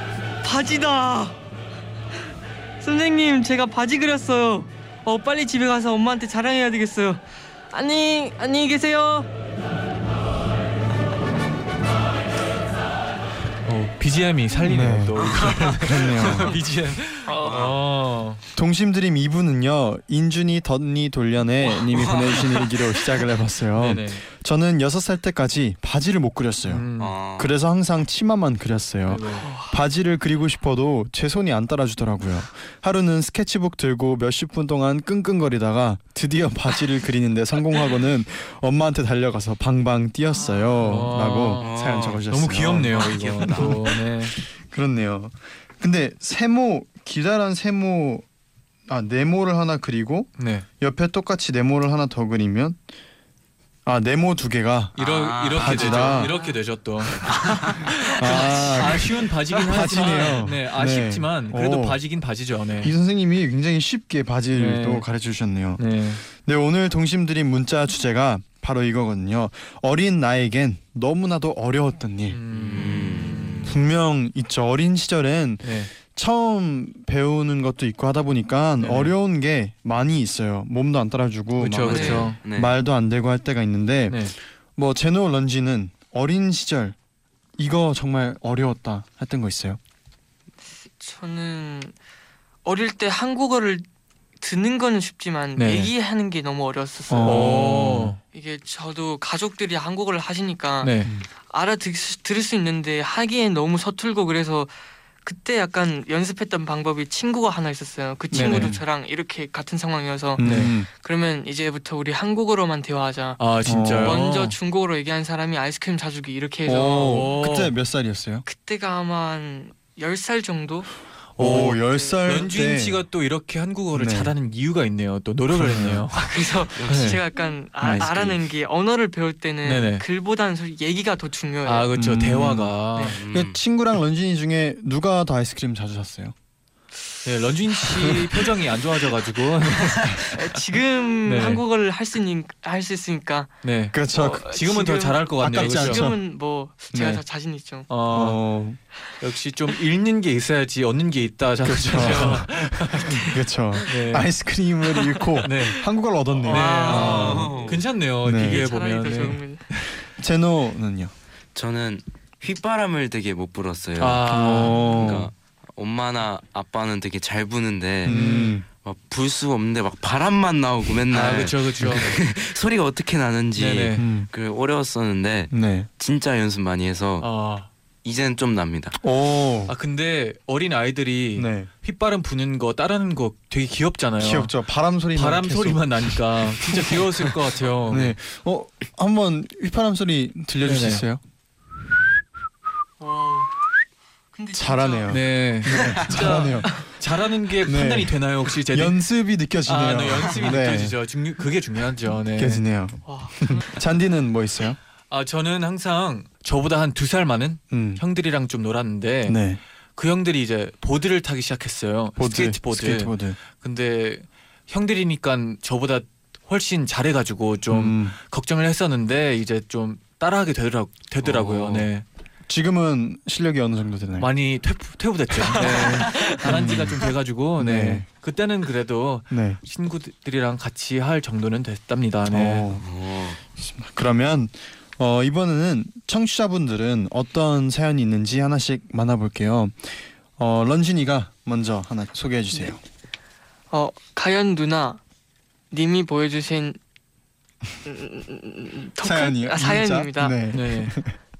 Speaker 7: 바지다 선생님 제가 바지 그렸어요 어 빨리 집에 가서 엄마한테 자랑해야 되겠어요 안녕 안녕히 계세요
Speaker 2: 어, BGM이 살리네요.
Speaker 4: 네.
Speaker 2: 너
Speaker 4: 그렇네요.
Speaker 2: BGM. 어.
Speaker 4: 동심드림 2부는요 인준이 덧니 돌려내 님이 보내주신 일기로 시작을 해봤어요
Speaker 2: 네네.
Speaker 4: 저는 6살 때까지 바지를 못 그렸어요
Speaker 2: 음.
Speaker 6: 어.
Speaker 4: 그래서 항상 치마만 그렸어요
Speaker 2: 네네.
Speaker 4: 바지를 그리고 싶어도 제 손이 안 따라주더라고요 하루는 스케치북 들고 몇십 분 동안 끙끙거리다가 드디어 바지를 그리는데 성공하고는 엄마한테 달려가서 방방 뛰었어요
Speaker 2: 아.
Speaker 4: 라고 사연 적어주셨어요
Speaker 2: 너무 귀엽네요 이거. 또, 네.
Speaker 4: 그렇네요 근데 세모 기다란 세모 아 네모를 하나 그리고
Speaker 2: 네.
Speaker 4: 옆에 똑같이 네모를 하나 더 그리면 아 네모 두 개가
Speaker 2: 이러
Speaker 6: 아,
Speaker 2: 이렇게
Speaker 4: 바지다.
Speaker 2: 되죠. 이렇게 되죠 또.
Speaker 4: 아,
Speaker 2: 아쉬운 바지긴
Speaker 4: 바지네요.
Speaker 2: 하지만 네, 아쉽지만
Speaker 4: 네.
Speaker 2: 그래도
Speaker 4: 오.
Speaker 2: 바지긴 바지죠. 네.
Speaker 4: 이 선생님이 굉장히 쉽게 바지를
Speaker 2: 네.
Speaker 4: 또 가르쳐 주셨네요.
Speaker 2: 네.
Speaker 4: 네 오늘 동심드림 문자 주제가 바로 이거거든요. 어린 나에겐 너무나도 어려웠던 일
Speaker 2: 음.
Speaker 4: 분명 있죠. 어린 시절엔
Speaker 2: 네.
Speaker 4: 처음 배우는 것도 있고 하다 보니까
Speaker 2: 네네.
Speaker 4: 어려운 게 많이 있어요. 몸도 안 따라주고
Speaker 2: 그렇죠.
Speaker 4: 마음도
Speaker 2: 그렇죠.
Speaker 6: 네.
Speaker 4: 말도 안 되고 할 때가 있는데
Speaker 2: 네.
Speaker 4: 뭐 제노 런지는 어린 시절 이거 정말 어려웠다 했던 거 있어요?
Speaker 7: 저는 어릴 때 한국어를 듣는 건 쉽지만
Speaker 2: 네.
Speaker 7: 얘기하는 게 너무 어려웠었어요
Speaker 4: 어.
Speaker 2: 오.
Speaker 7: 이게 저도 가족들이 한국어를 하시니까
Speaker 2: 네.
Speaker 7: 알아들을 수- 들을 수 있는데 하기엔 너무 서툴고 그래서 그때 약간 연습했던 방법이 친구가 하나 있었어요 그 친구도
Speaker 4: 네네.
Speaker 7: 저랑 이렇게 같은 상황이어서
Speaker 2: 네.
Speaker 4: 음.
Speaker 7: 그러면 이제부터 우리 한국어로만 대화하자.
Speaker 2: 아 진짜요.
Speaker 7: 먼저 중국어로 얘기한 사람이 아이스크림 사주기 이렇게 해서
Speaker 4: 오,
Speaker 2: 오.
Speaker 4: 그때 몇 살이었어요?
Speaker 7: 그때가 아마 한 10살 정도?
Speaker 4: 오,
Speaker 2: 오,
Speaker 4: 10살 때
Speaker 2: 연주인 씨가 또 이렇게 한국어를
Speaker 4: 네.
Speaker 2: 잘하는 이유가 있네요. 또 노력을
Speaker 4: 그러네요.
Speaker 2: 했네요.
Speaker 7: 아, 그래서
Speaker 2: 네.
Speaker 7: 제가 약간 아,
Speaker 6: 아이스크림.
Speaker 7: 알아낸 게 언어를 배울 때는
Speaker 2: 네네.
Speaker 7: 글보다는 솔직히 얘기가 더 중요해요.
Speaker 2: 아 그렇죠.
Speaker 4: 음.
Speaker 2: 대화가.
Speaker 6: 음.
Speaker 4: 그 친구랑 런쥔이 중에 누가 더 아이스크림 자주 샀어요?
Speaker 2: 네, 런쥔 씨 표정이 안 좋아져가지고.
Speaker 7: 지금
Speaker 2: 네.
Speaker 7: 한국어를 할 수 있으니까
Speaker 2: 네.
Speaker 4: 그렇죠.
Speaker 7: 어,
Speaker 2: 지금은 더
Speaker 7: 지금
Speaker 2: 잘할 것 같네요.
Speaker 4: 아깝지
Speaker 2: 그렇죠.
Speaker 4: 않죠?
Speaker 7: 지금은 뭐 제가
Speaker 4: 네.
Speaker 7: 더 자신 있죠.
Speaker 2: 어,
Speaker 4: 어,
Speaker 2: 역시 좀 읽는 게 있어야지 얻는 게 있다. 자,
Speaker 4: 그렇죠. 그렇죠.
Speaker 2: 네.
Speaker 4: 아이스크림을 잃고
Speaker 2: 네.
Speaker 4: 한국어를 얻었네요.
Speaker 2: 네.
Speaker 6: 아.
Speaker 2: 아, 괜찮네요.
Speaker 4: 네.
Speaker 2: 비교해
Speaker 7: 차라리
Speaker 2: 보면.
Speaker 7: 더 좋은
Speaker 2: 네.
Speaker 7: 거죠.
Speaker 4: 제노는요?
Speaker 6: 저는 휘바람을 되게 못 불었어요.
Speaker 2: 아.
Speaker 6: 그러니까 엄마나 아빠는 되게 잘 부는데
Speaker 4: 음.
Speaker 6: 막불수 없는데 막 바람만 나오고
Speaker 2: 아,
Speaker 4: 네.
Speaker 6: 맨날
Speaker 2: 그렇죠, 그렇죠.
Speaker 6: 소리가 어떻게 나는지
Speaker 2: 네네.
Speaker 4: 음.
Speaker 6: 그 어려웠었는데
Speaker 4: 네.
Speaker 6: 진짜 연습 많이 해서
Speaker 2: 아,
Speaker 6: 이제는 좀 납니다.
Speaker 4: 오.
Speaker 2: 아그 근데 어린 아이들이
Speaker 4: 네.
Speaker 2: 휘바람 부는 거 따라하는 거 되게 귀엽잖아요.
Speaker 4: 귀엽죠. 바람 소리.
Speaker 2: 바람 소리만 나니까 진짜 귀여웠을 것 같아요.
Speaker 4: 네. 어, 한번 휘파람 소리 들려줄 수
Speaker 2: 네네.
Speaker 4: 있어요?
Speaker 7: 와. 근데 진짜
Speaker 4: 잘하네요.
Speaker 2: 네.
Speaker 4: 잘하네요.
Speaker 2: 잘하는 게
Speaker 4: 네.
Speaker 2: 판단이 되나요 혹시 제
Speaker 4: 연습이 느껴지네요.
Speaker 2: 아, 네, 연습이
Speaker 4: 네.
Speaker 2: 느껴지죠. 중요, 그게 중요하죠. 네.
Speaker 4: 느껴지네요.
Speaker 7: 와.
Speaker 4: 잔디는 뭐 있어요?
Speaker 2: 아 저는 항상 저보다 한 두 살 많은
Speaker 4: 음.
Speaker 2: 형들이랑 좀 놀았는데
Speaker 4: 네.
Speaker 2: 그 형들이 이제 보드를 타기 시작했어요. 스케이트보드.
Speaker 4: 스케이트보드.
Speaker 2: 근데 형들이니까 저보다 훨씬 잘해가지고 좀
Speaker 4: 음.
Speaker 2: 걱정을 했었는데 이제 좀 따라하게 되더라, 되더라고요.
Speaker 6: 어.
Speaker 2: 네.
Speaker 4: 지금은 실력이 어느 정도 되나요?
Speaker 2: 많이 퇴부, 퇴부됐죠. 네. 안한 지가 좀 돼가지고 네.
Speaker 4: 네.
Speaker 2: 그때는 그래도
Speaker 4: 네.
Speaker 2: 친구들이랑 같이 할 정도는 됐답니다. 네.
Speaker 4: 어, 그러면 어, 이번에는 청취자분들은 어떤 사연이 있는지 하나씩 만나볼게요. 어, 런쥔이가 먼저 하나 소개해 주세요.
Speaker 7: 어 가연 누나 님이 보여주신 음, 음, 토크?
Speaker 4: 사연이요.
Speaker 7: 아,
Speaker 4: 문자?
Speaker 7: 사연입니다.
Speaker 4: 네.
Speaker 2: 네.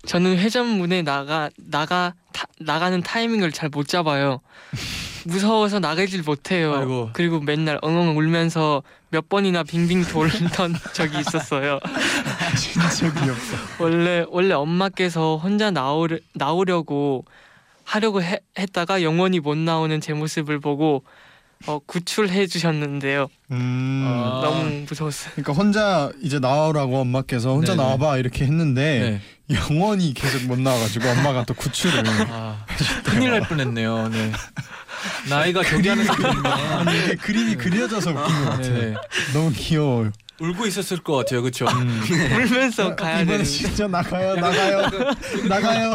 Speaker 7: 저는 회전문에 나가 나가 타, 나가는 타이밍을 잘 못 잡아요. 무서워서 나가질 못해요.
Speaker 2: 아이고.
Speaker 7: 그리고 맨날 엉엉 울면서 몇 번이나 빙빙 돌던 적이 있었어요.
Speaker 4: 진짜 귀엽다.
Speaker 7: 원래 원래 엄마께서 혼자 나오려, 나오려고 하려고 해- 했다가 영원히 못 나오는 제 모습을 보고 어, 구출해 주셨는데요.
Speaker 4: 음.
Speaker 2: 아.
Speaker 7: 너무 무서웠어요.
Speaker 4: 그러니까 혼자 이제 나오라고 엄마께서 혼자
Speaker 2: 네네.
Speaker 4: 나와봐 이렇게 했는데
Speaker 2: 네.
Speaker 4: 영원히 계속 못 나와가지고 엄마가 또 구출을
Speaker 2: 아, 큰일 날 뻔했네요. 네. 나이가 저기하는 사람이면
Speaker 4: 아니 이게 그림이 그려져서 웃긴 것 같아요.
Speaker 2: 네.
Speaker 4: 너무 귀여워요.
Speaker 2: 울고 있었을 것 같아요. 그렇죠?
Speaker 4: 음.
Speaker 7: 울면서 가야
Speaker 4: 이번에
Speaker 7: 되는.
Speaker 4: 진짜 나가요, 나가요, 나가요.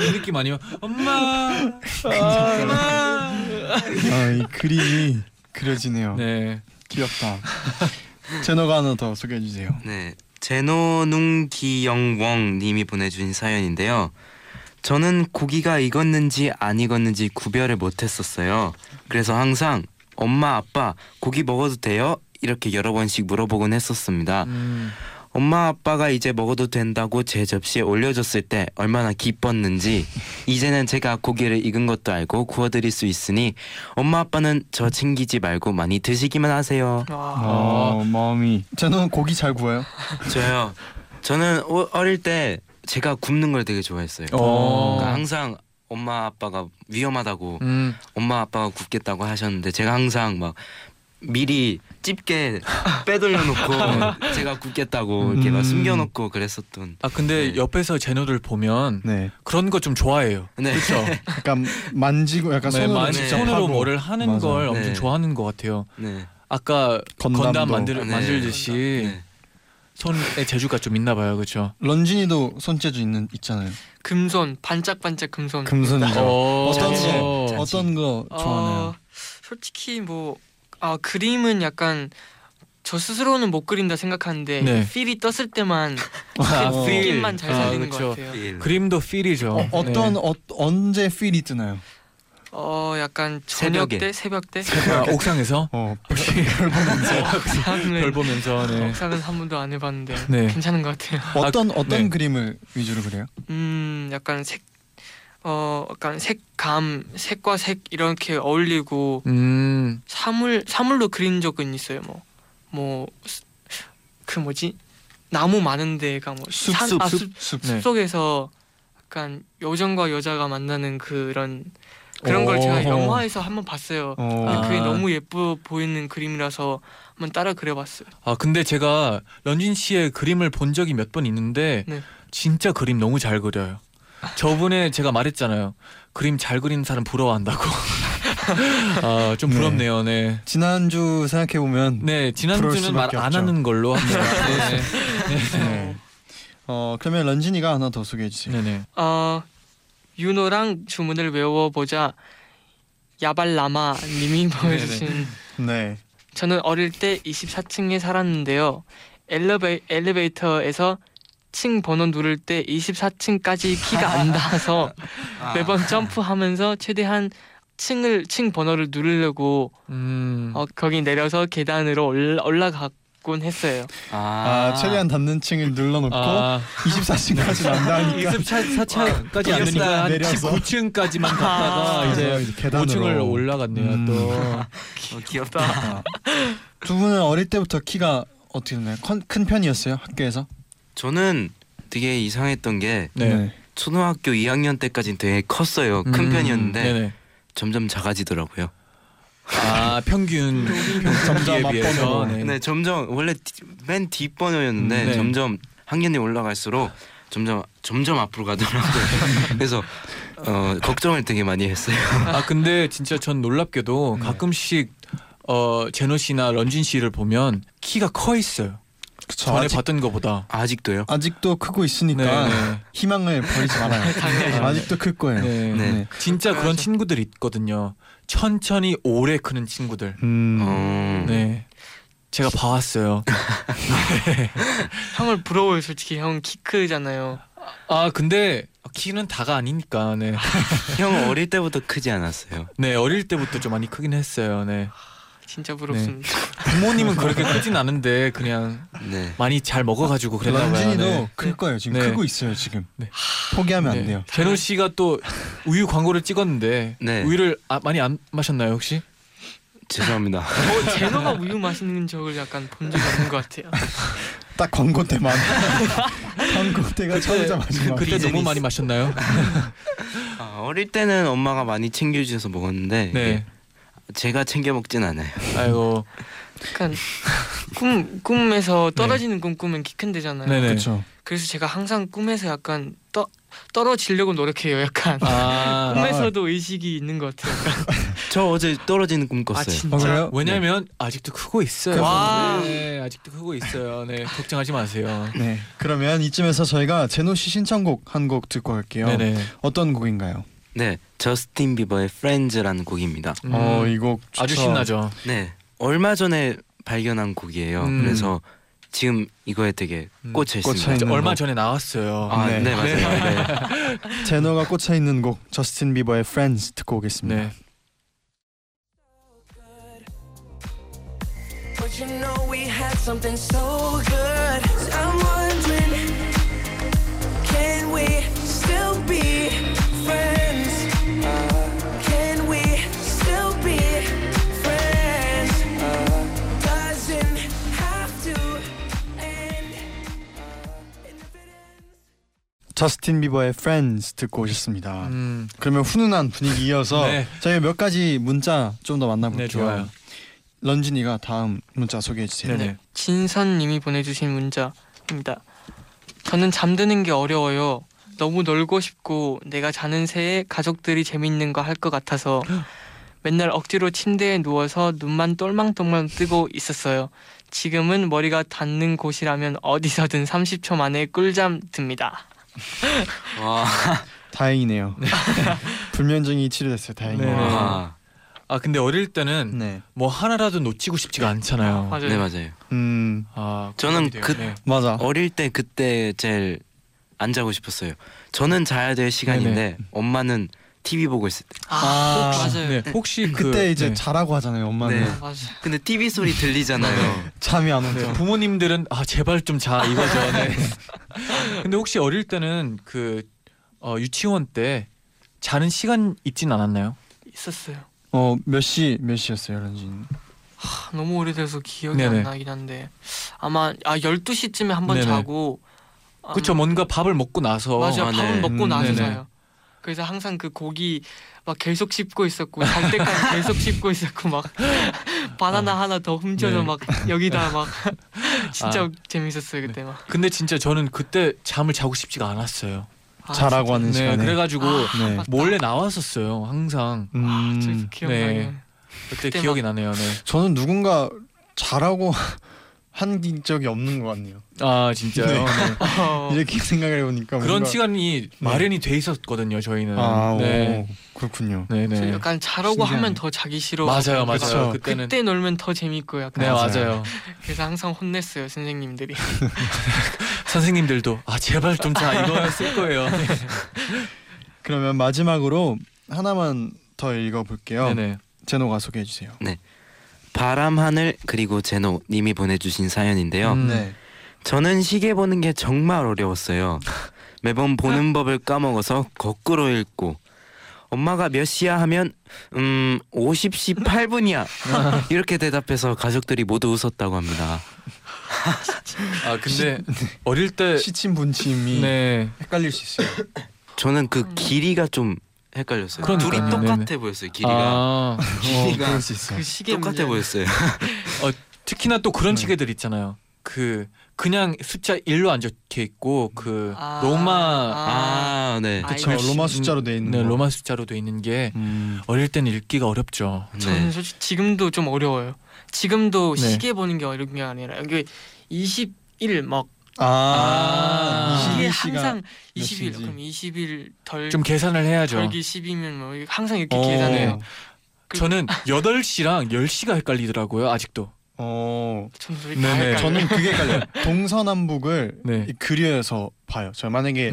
Speaker 2: 이 느낌 아니면 엄마. 엄마.
Speaker 4: 아, 이 그림이 그려지네요.
Speaker 2: 네.
Speaker 4: 귀엽다. 제너가 하나 더 소개해 주세요.
Speaker 6: 네, 제노눈기영웡 님이 보내주신 사연인데요. 저는 고기가 익었는지 안 익었는지 구별을 못했었어요. 그래서 항상 엄마 아빠 고기 먹어도 돼요? 이렇게 여러 번씩 물어보곤 했었습니다.
Speaker 2: 음.
Speaker 6: 엄마 아빠가 이제 먹어도 된다고 제 접시에 올려줬을 때 얼마나 기뻤는지 이제는 제가 고기를 익은 것도 알고 구워드릴 수 있으니 엄마 아빠는 저 챙기지 말고 많이 드시기만 하세요.
Speaker 7: 와.
Speaker 4: 어, 마음이. 제너는 고기 잘 구워요.
Speaker 6: 저요. 저는 어- 어릴 때 제가 굽는 걸 되게 좋아했어요.
Speaker 2: 어.
Speaker 6: 그러니까 항상 엄마 아빠가 위험하다고
Speaker 2: 음.
Speaker 6: 엄마 아빠가 굽겠다고 하셨는데 제가 항상 막 미리 집게 빼돌려 놓고 제가 굽겠다고 이렇게
Speaker 4: 음.
Speaker 6: 막 숨겨 놓고 그랬었던
Speaker 2: 아 근데
Speaker 6: 네.
Speaker 2: 옆에서 제노들 보면
Speaker 4: 네.
Speaker 2: 그런 거 좀 좋아해요.
Speaker 6: 네.
Speaker 2: 그렇죠?
Speaker 4: 약간 만지고 약간
Speaker 2: 네,
Speaker 4: 손으로
Speaker 2: 많이
Speaker 6: 직접
Speaker 2: 손으로
Speaker 4: 하고.
Speaker 2: 뭐를 하는
Speaker 4: 맞아.
Speaker 2: 걸
Speaker 6: 네.
Speaker 2: 엄청 좋아하는 것 같아요.
Speaker 6: 네.
Speaker 2: 아까
Speaker 4: 건담도.
Speaker 2: 건담 만들
Speaker 6: 네.
Speaker 2: 만들듯이
Speaker 6: 네.
Speaker 2: 손에 재주가 좀 있나 봐요, 그렇죠?
Speaker 4: 런쥔이도 손재주 있는 있잖아요.
Speaker 7: 금손 반짝반짝 금손.
Speaker 4: 금손이죠. 네. 어떤
Speaker 6: 자체.
Speaker 4: 거
Speaker 6: 자체.
Speaker 4: 어떤 거 좋아하나요?
Speaker 7: 어, 솔직히 뭐 아, 그림은 약간 저 스스로는 못 그린다 생각하는데
Speaker 2: 네.
Speaker 7: 필이 떴을 때만
Speaker 2: 아,
Speaker 7: 그
Speaker 2: 필.
Speaker 7: 느낌만 잘
Speaker 2: 아,
Speaker 7: 살리는
Speaker 2: 그쵸.
Speaker 7: 것 같아요.
Speaker 6: 예.
Speaker 2: 음. 그림도 필이죠.
Speaker 4: 그렇죠.
Speaker 2: 네.
Speaker 4: 어, 어떤 어, 언제 필이 뜨나요?
Speaker 7: 어 약간 저녁
Speaker 6: 새벽에.
Speaker 7: 때 새벽 때
Speaker 2: 네. 아, 옥상에서
Speaker 4: 어,
Speaker 2: 별
Speaker 7: 옥상은
Speaker 2: 보면서 네.
Speaker 7: 어, 옥상은 한 번도 안 해봤는데
Speaker 2: 네.
Speaker 7: 괜찮은 것 같아요.
Speaker 4: 어떤 어떤
Speaker 2: 네.
Speaker 4: 그림을 위주로 그려요?
Speaker 7: 음 약간 색 어 약간 색감 색과 색 이렇게 어울리고
Speaker 2: 음.
Speaker 7: 사물 사물로 그린 적은 있어요. 뭐 뭐 그 뭐지 나무 많은 데가 뭐
Speaker 4: 숲,
Speaker 7: 산-
Speaker 4: 숲,
Speaker 7: 아,
Speaker 4: 숲, 숲.
Speaker 2: 네.
Speaker 7: 속에서 약간 여정과 여자가 만나는 그런 그런
Speaker 2: 오.
Speaker 7: 걸 제가 영화에서 한번 봤어요.
Speaker 4: 어.
Speaker 7: 근데 그게
Speaker 2: 어. 아.
Speaker 7: 너무 예뻐 보이는 그림이라서 한번 따라 그려봤어요.
Speaker 2: 아 근데 제가 런쥔 씨의 그림을 본 적이 몇 번 있는데
Speaker 7: 네.
Speaker 2: 진짜 그림 너무 잘 그려요. 저번에 제가 말했잖아요. 그림 잘 그리는 사람 부러워한다고. 아, 좀
Speaker 4: 네.
Speaker 2: 부럽네요. 네.
Speaker 4: 지난주 생각해 보면
Speaker 2: 네
Speaker 4: 부러울
Speaker 2: 지난주는 말
Speaker 4: 수밖에
Speaker 2: 안
Speaker 4: 없죠.
Speaker 2: 하는 걸로 합니다. 네.
Speaker 4: 네. 어 그러면 런진이가 하나 더 소개해 주세요.
Speaker 2: 네네.
Speaker 7: 어, 윤호랑 주문을 외워보자 야발라마 님이 보여주신
Speaker 4: 네.
Speaker 7: 저는 어릴 때 24층에 살았는데요. 엘리베, 엘리베이터에서 층 번호 누를 때 24층까지 키가 안 닿아서 매번 점프하면서 최대한 층을 층 번호를 누르려고
Speaker 2: 음.
Speaker 4: 아,
Speaker 7: 어, 거기 내려서 계단으로 올라, 올라갔곤 했어요.
Speaker 4: 아,
Speaker 6: 아,
Speaker 4: 최대한 닿는 층을 눌러놓고
Speaker 2: 아,
Speaker 4: 24층까지 난다니까.
Speaker 2: 24차까지 안
Speaker 4: 이겼다.
Speaker 2: 되니까 한
Speaker 4: 내려서. 아, 네.
Speaker 2: 19층까지만 갔다가 아, 이제
Speaker 4: 계단으로
Speaker 2: 5층을 올라갔네요.
Speaker 4: 음.
Speaker 2: 또
Speaker 6: 어, 귀엽다.
Speaker 4: 아. 두 분은 어릴 때부터 키가 어떻게 되나요? 큰, 큰 편이었어요 학교에서?
Speaker 6: 저는 되게 이상했던 게
Speaker 2: 네.
Speaker 6: 초등학교 2학년 때까지는 되게 컸어요. 큰
Speaker 2: 음,
Speaker 6: 편이었는데
Speaker 2: 네네.
Speaker 6: 점점 작아지더라고요.
Speaker 2: 아 평균
Speaker 4: 점점
Speaker 2: 평균에
Speaker 4: 앞번으로.
Speaker 2: 비해서
Speaker 6: 네,
Speaker 2: 네.
Speaker 6: 점점 원래 뒤- 맨 뒷번호였는데
Speaker 2: 음, 네.
Speaker 6: 점점 학년이 올라갈수록 점점 점점 앞으로 가더라고요. 그래서 어, 걱정을 되게 많이 했어요.
Speaker 2: 아 근데 진짜 전 놀랍게도
Speaker 4: 네.
Speaker 2: 가끔씩 어 제노 씨나 런쥔 씨를 보면 키가 커 있어요.
Speaker 4: 그쵸,
Speaker 2: 전에
Speaker 4: 아직,
Speaker 2: 봤던 거보다.
Speaker 6: 아직도요?
Speaker 4: 아직도 크고 있으니까
Speaker 2: 네,
Speaker 4: 희망을 버리지 말아요.
Speaker 7: 당연히.
Speaker 4: 아직도 클 거예요.
Speaker 2: 네.
Speaker 6: 네.
Speaker 2: 진짜 그런
Speaker 7: 그래서-
Speaker 2: 친구들 있거든요. 천천히 오래 크는 친구들.
Speaker 4: 음.
Speaker 6: 어.
Speaker 2: 네. 제가 봐왔어요.
Speaker 7: 형을 부러워요 솔직히 형 키 크잖아요
Speaker 2: 아 근데 키는 다가 아니니까. 네.
Speaker 6: 형 어릴 때부터 크지 않았어요.
Speaker 2: 네 어릴 때부터 좀 많이 크긴 했어요. 네.
Speaker 7: 진짜 부럽습니다
Speaker 2: 부모님은 그렇게 크진 않은데 그냥
Speaker 6: 네.
Speaker 2: 많이 잘 먹어가지고 그랬나 봐요.
Speaker 4: 런쥔이도
Speaker 2: 네.
Speaker 4: 클 거예요. 지금
Speaker 2: 네.
Speaker 4: 크고 있어요. 지금
Speaker 2: 네.
Speaker 4: 포기하면
Speaker 2: 네.
Speaker 4: 안 돼요.
Speaker 2: 제노 씨가 또 우유 광고를 찍었는데
Speaker 6: 네.
Speaker 2: 우유를 아, 많이 안 마셨나요 혹시?
Speaker 6: 죄송합니다.
Speaker 7: 어, 제노가 우유 마시는 적을 약간 본 적이 없는 것 같아요
Speaker 4: 딱 광고 때만 광고 때가 처음이자 마지막.
Speaker 2: 네. 그때
Speaker 6: 비즈니스.
Speaker 2: 너무 많이 마셨나요?
Speaker 6: 아, 어릴 때는 엄마가 많이 챙겨주셔서 먹었는데
Speaker 2: 네.
Speaker 6: 이게 제가 챙겨 먹진 않아요.
Speaker 2: 아이고.
Speaker 7: 약간 꿈, 꿈에서 떨어지는 꿈 꾸면 키 큰데잖아요
Speaker 2: 네네.
Speaker 4: 그렇죠.
Speaker 7: 그래서 제가 항상 꿈에서 약간 떠, 떨어지려고 노력해요 약간
Speaker 2: 아.
Speaker 7: 꿈에서도 의식이 있는 것 같아요 약간.
Speaker 6: 저 어제 떨어지는 꿈 꿨어요.
Speaker 7: 아 진짜
Speaker 4: 어, 그래요?
Speaker 2: 왜냐면 아직도 크고 있어요.
Speaker 4: 그
Speaker 7: 와.
Speaker 4: 뭐.
Speaker 2: 네, 아직도 크고 있어요. 네, 걱정하지 마세요.
Speaker 4: 네. 그러면 이쯤에서 저희가 제노 씨 신청곡 한 곡 듣고 갈게요.
Speaker 2: 네네.
Speaker 4: 어떤 곡인가요?
Speaker 6: 네, 저스틴 비버의 Friends라는 곡입니다.
Speaker 2: 음,
Speaker 4: 어, 이곡
Speaker 2: 아주 신나죠.
Speaker 6: 네, 얼마 전에 발견한 곡이에요.
Speaker 2: 음.
Speaker 6: 그래서 지금 이거에 되게
Speaker 2: 음,
Speaker 6: 꽂혀
Speaker 4: 꽂혀
Speaker 6: 있습니다.
Speaker 4: 있-
Speaker 2: 이제
Speaker 4: 있는
Speaker 2: 얼마
Speaker 4: 거.
Speaker 2: 전에 나왔어요.
Speaker 6: 아, 네,
Speaker 4: 네.
Speaker 6: 맞아요. 네.
Speaker 4: 제노가 꽂혀 있는 곡 저스틴 비버의 Friends 듣고 오겠습니다.
Speaker 2: 네.
Speaker 1: But you know we had something so good. So I'm wondering, can we still be friends? Uh, can we still be friends? Uh, doesn't have to end. uh, And if it ends.
Speaker 4: 저스틴 비버의 Friends 듣고 오셨습니다.
Speaker 2: 음,
Speaker 4: 그러면 훈훈한 분위기 이어서
Speaker 2: 네.
Speaker 4: 저희 몇 가지 문자 좀 더 만나볼게요.
Speaker 2: 네, 좋아요.
Speaker 4: 런진이가 다음 문자 소개해 주세요.
Speaker 2: 네네.
Speaker 7: 진선님이 보내주신 문자입니다. 저는 잠드는 게 어려워요. 너무 놀고 싶고 내가 자는 새에 가족들이 재밌는 거 할 것 같아서 맨날 억지로 침대에 누워서 눈만 똘망똘망 뜨고 있었어요. 지금은 머리가 닿는 곳이라면 어디서든 30초 만에 꿀잠 듭니다.
Speaker 6: 와,
Speaker 4: 다행이네요. 불면증이 치료됐어요. 다행이네요.
Speaker 2: 네.
Speaker 6: 와.
Speaker 2: 아 근데 어릴 때는
Speaker 4: 네.
Speaker 2: 뭐 하나라도 놓치고 싶지가 않잖아요.
Speaker 7: 맞아요.
Speaker 6: 네 맞아요.
Speaker 4: 음
Speaker 2: 아,
Speaker 6: 저는
Speaker 2: 고민돼요.
Speaker 6: 그-
Speaker 2: 네.
Speaker 4: 맞아.
Speaker 6: 어릴 때 그때 제일 안 자고 싶었어요. 저는 자야 될 시간인데 엄마는 TV 보고 있을 때.
Speaker 7: 아,
Speaker 4: 아,
Speaker 7: 맞아요.
Speaker 2: 네, 혹시 그,
Speaker 4: 그때 이제
Speaker 2: 네.
Speaker 4: 자라고 하잖아요. 엄마는
Speaker 6: 네.
Speaker 7: 맞아요.
Speaker 6: 근데 TV 소리 들리잖아요.
Speaker 4: 잠이 안 오죠.
Speaker 2: 네, 부모님들은 아 제발 좀 자 이거죠. 네. 근데 혹시 어릴 때는 그 어, 유치원 때 자는 시간 있진 않았나요?
Speaker 7: 있었어요.
Speaker 4: 어몇 시 몇 시였어요, 런쥔?
Speaker 7: 아, 너무 오래돼서 기억이
Speaker 2: 네네.
Speaker 7: 안 나긴 한데 아마 아 12시쯤에 한 번
Speaker 2: 네네.
Speaker 7: 자고 아마-
Speaker 2: 그쵸 뭔가 밥을 먹고 나서
Speaker 7: 맞아요.
Speaker 6: 아,
Speaker 7: 밥은
Speaker 6: 네.
Speaker 7: 먹고
Speaker 4: 음,
Speaker 7: 나서
Speaker 2: 네네.
Speaker 7: 자요. 그래서 항상 그 고기 막 계속 씹고 있었고 잘 때까지 계속 씹고 있었고 막 바나나 하나 더 훔쳐서
Speaker 2: 네.
Speaker 7: 막 여기다 막 진짜
Speaker 2: 아.
Speaker 7: 재밌었어요 그때 막
Speaker 2: 근데 진짜 저는 그때 잠을 자고 싶지가 않았어요.
Speaker 7: 아,
Speaker 4: 자라고 하는
Speaker 2: 네,
Speaker 4: 시간에.
Speaker 2: 그래가지고
Speaker 4: 네.
Speaker 7: 맞다.
Speaker 2: 몰래 나왔었어요. 항상
Speaker 4: 음,
Speaker 7: 진짜 아, 기억나요.
Speaker 2: 네. 그때
Speaker 7: 그때만-
Speaker 2: 기억이 나네요. 네.
Speaker 4: 저는 누군가 자라고 한 적이 없는 것 같네요.
Speaker 2: 아 진짜요. 네.
Speaker 7: 어,
Speaker 4: 이렇게 생각을 해보니까
Speaker 2: 그런
Speaker 4: 뭔가-
Speaker 2: 시간이 마련이 돼 있었거든요. 저희는.
Speaker 4: 아,
Speaker 2: 네.
Speaker 4: 오, 그렇군요.
Speaker 7: 그래서
Speaker 2: 네네.
Speaker 7: 약간 자라고
Speaker 4: 신기하네.
Speaker 7: 하면 더 자기 싫어.
Speaker 2: 맞아요,
Speaker 4: 그쵸.
Speaker 2: 맞아요. 그때는
Speaker 7: 그렇죠. 그때 놀면 더 재밌고 약간
Speaker 2: 네
Speaker 4: 맞아요.
Speaker 2: 맞아요.
Speaker 7: 그래서 항상 혼냈어요 선생님들이.
Speaker 2: 선생님들도 아 제발 좀 자 이거였을 거예요.
Speaker 6: 네.
Speaker 2: 네.
Speaker 4: 그러면 마지막으로 하나만 더 읽어볼게요.
Speaker 2: 네네.
Speaker 4: 제노가 소개해 주세요.
Speaker 6: 바람 하늘 그리고 제노 님이 보내주신 사연인데요.
Speaker 2: 음.
Speaker 4: 네.
Speaker 6: 저는 시계 보는 게 정말 어려웠어요. 매번 보는 법을 까먹어서 거꾸로 읽고 엄마가 몇 시야 하면 음 50시 8분이야 이렇게 대답해서 가족들이 모두 웃었다고 합니다.
Speaker 2: 아
Speaker 6: 네.
Speaker 2: 근데 어릴 때
Speaker 4: 시침 분침이
Speaker 2: 네.
Speaker 4: 헷갈릴 수 있어요.
Speaker 6: 저는 그 길이가 좀 헷갈렸어요.
Speaker 2: 그러니까요.
Speaker 6: 둘이 똑같아 보였어요. 길이가
Speaker 2: 아,
Speaker 6: 길이가
Speaker 4: 어, 그럴 수 있어.
Speaker 7: 그 시계
Speaker 6: 똑같아
Speaker 7: 문제는
Speaker 6: 보였어요.
Speaker 2: 특히나 또 그런
Speaker 4: 네.
Speaker 2: 시계들 있잖아요. 그 그냥 숫자 1로 안 적혀 있고 그
Speaker 7: 아,
Speaker 2: 로마
Speaker 6: 아 네.
Speaker 7: 아,
Speaker 4: 그쵸
Speaker 2: 이거
Speaker 4: 로마
Speaker 2: 시-
Speaker 4: 숫자로 돼 있는
Speaker 2: 네,
Speaker 6: 음.
Speaker 4: 거.
Speaker 2: 로마 숫자로 돼 있는 게
Speaker 4: 음.
Speaker 2: 어릴 땐 읽기가 어렵죠.
Speaker 7: 저는
Speaker 6: 네.
Speaker 7: 솔직히 지금도 좀 어려워요. 지금도
Speaker 2: 네.
Speaker 7: 시계 보는 게 어려운 게 아니라 이게 20 일먹
Speaker 2: 아.
Speaker 4: 아,
Speaker 7: 이게
Speaker 4: 이민 씨가
Speaker 7: 항상
Speaker 4: 몇
Speaker 7: 20일
Speaker 4: 시인지.
Speaker 7: 그럼 20일 덜
Speaker 2: 좀 계산을 해야죠.
Speaker 7: 덜기 그 10이면 뭐 이거 항상 이렇게
Speaker 2: 어.
Speaker 7: 계산해요.
Speaker 2: 네. 저는 8시랑 10시가 헷갈리더라고요. 아직도.
Speaker 4: 어.
Speaker 7: 점수
Speaker 2: 네네.
Speaker 7: 네
Speaker 4: 저는 그게 헷갈려요. 동서남북을
Speaker 2: 네.
Speaker 4: 이 그려서 봐요. 저 만약에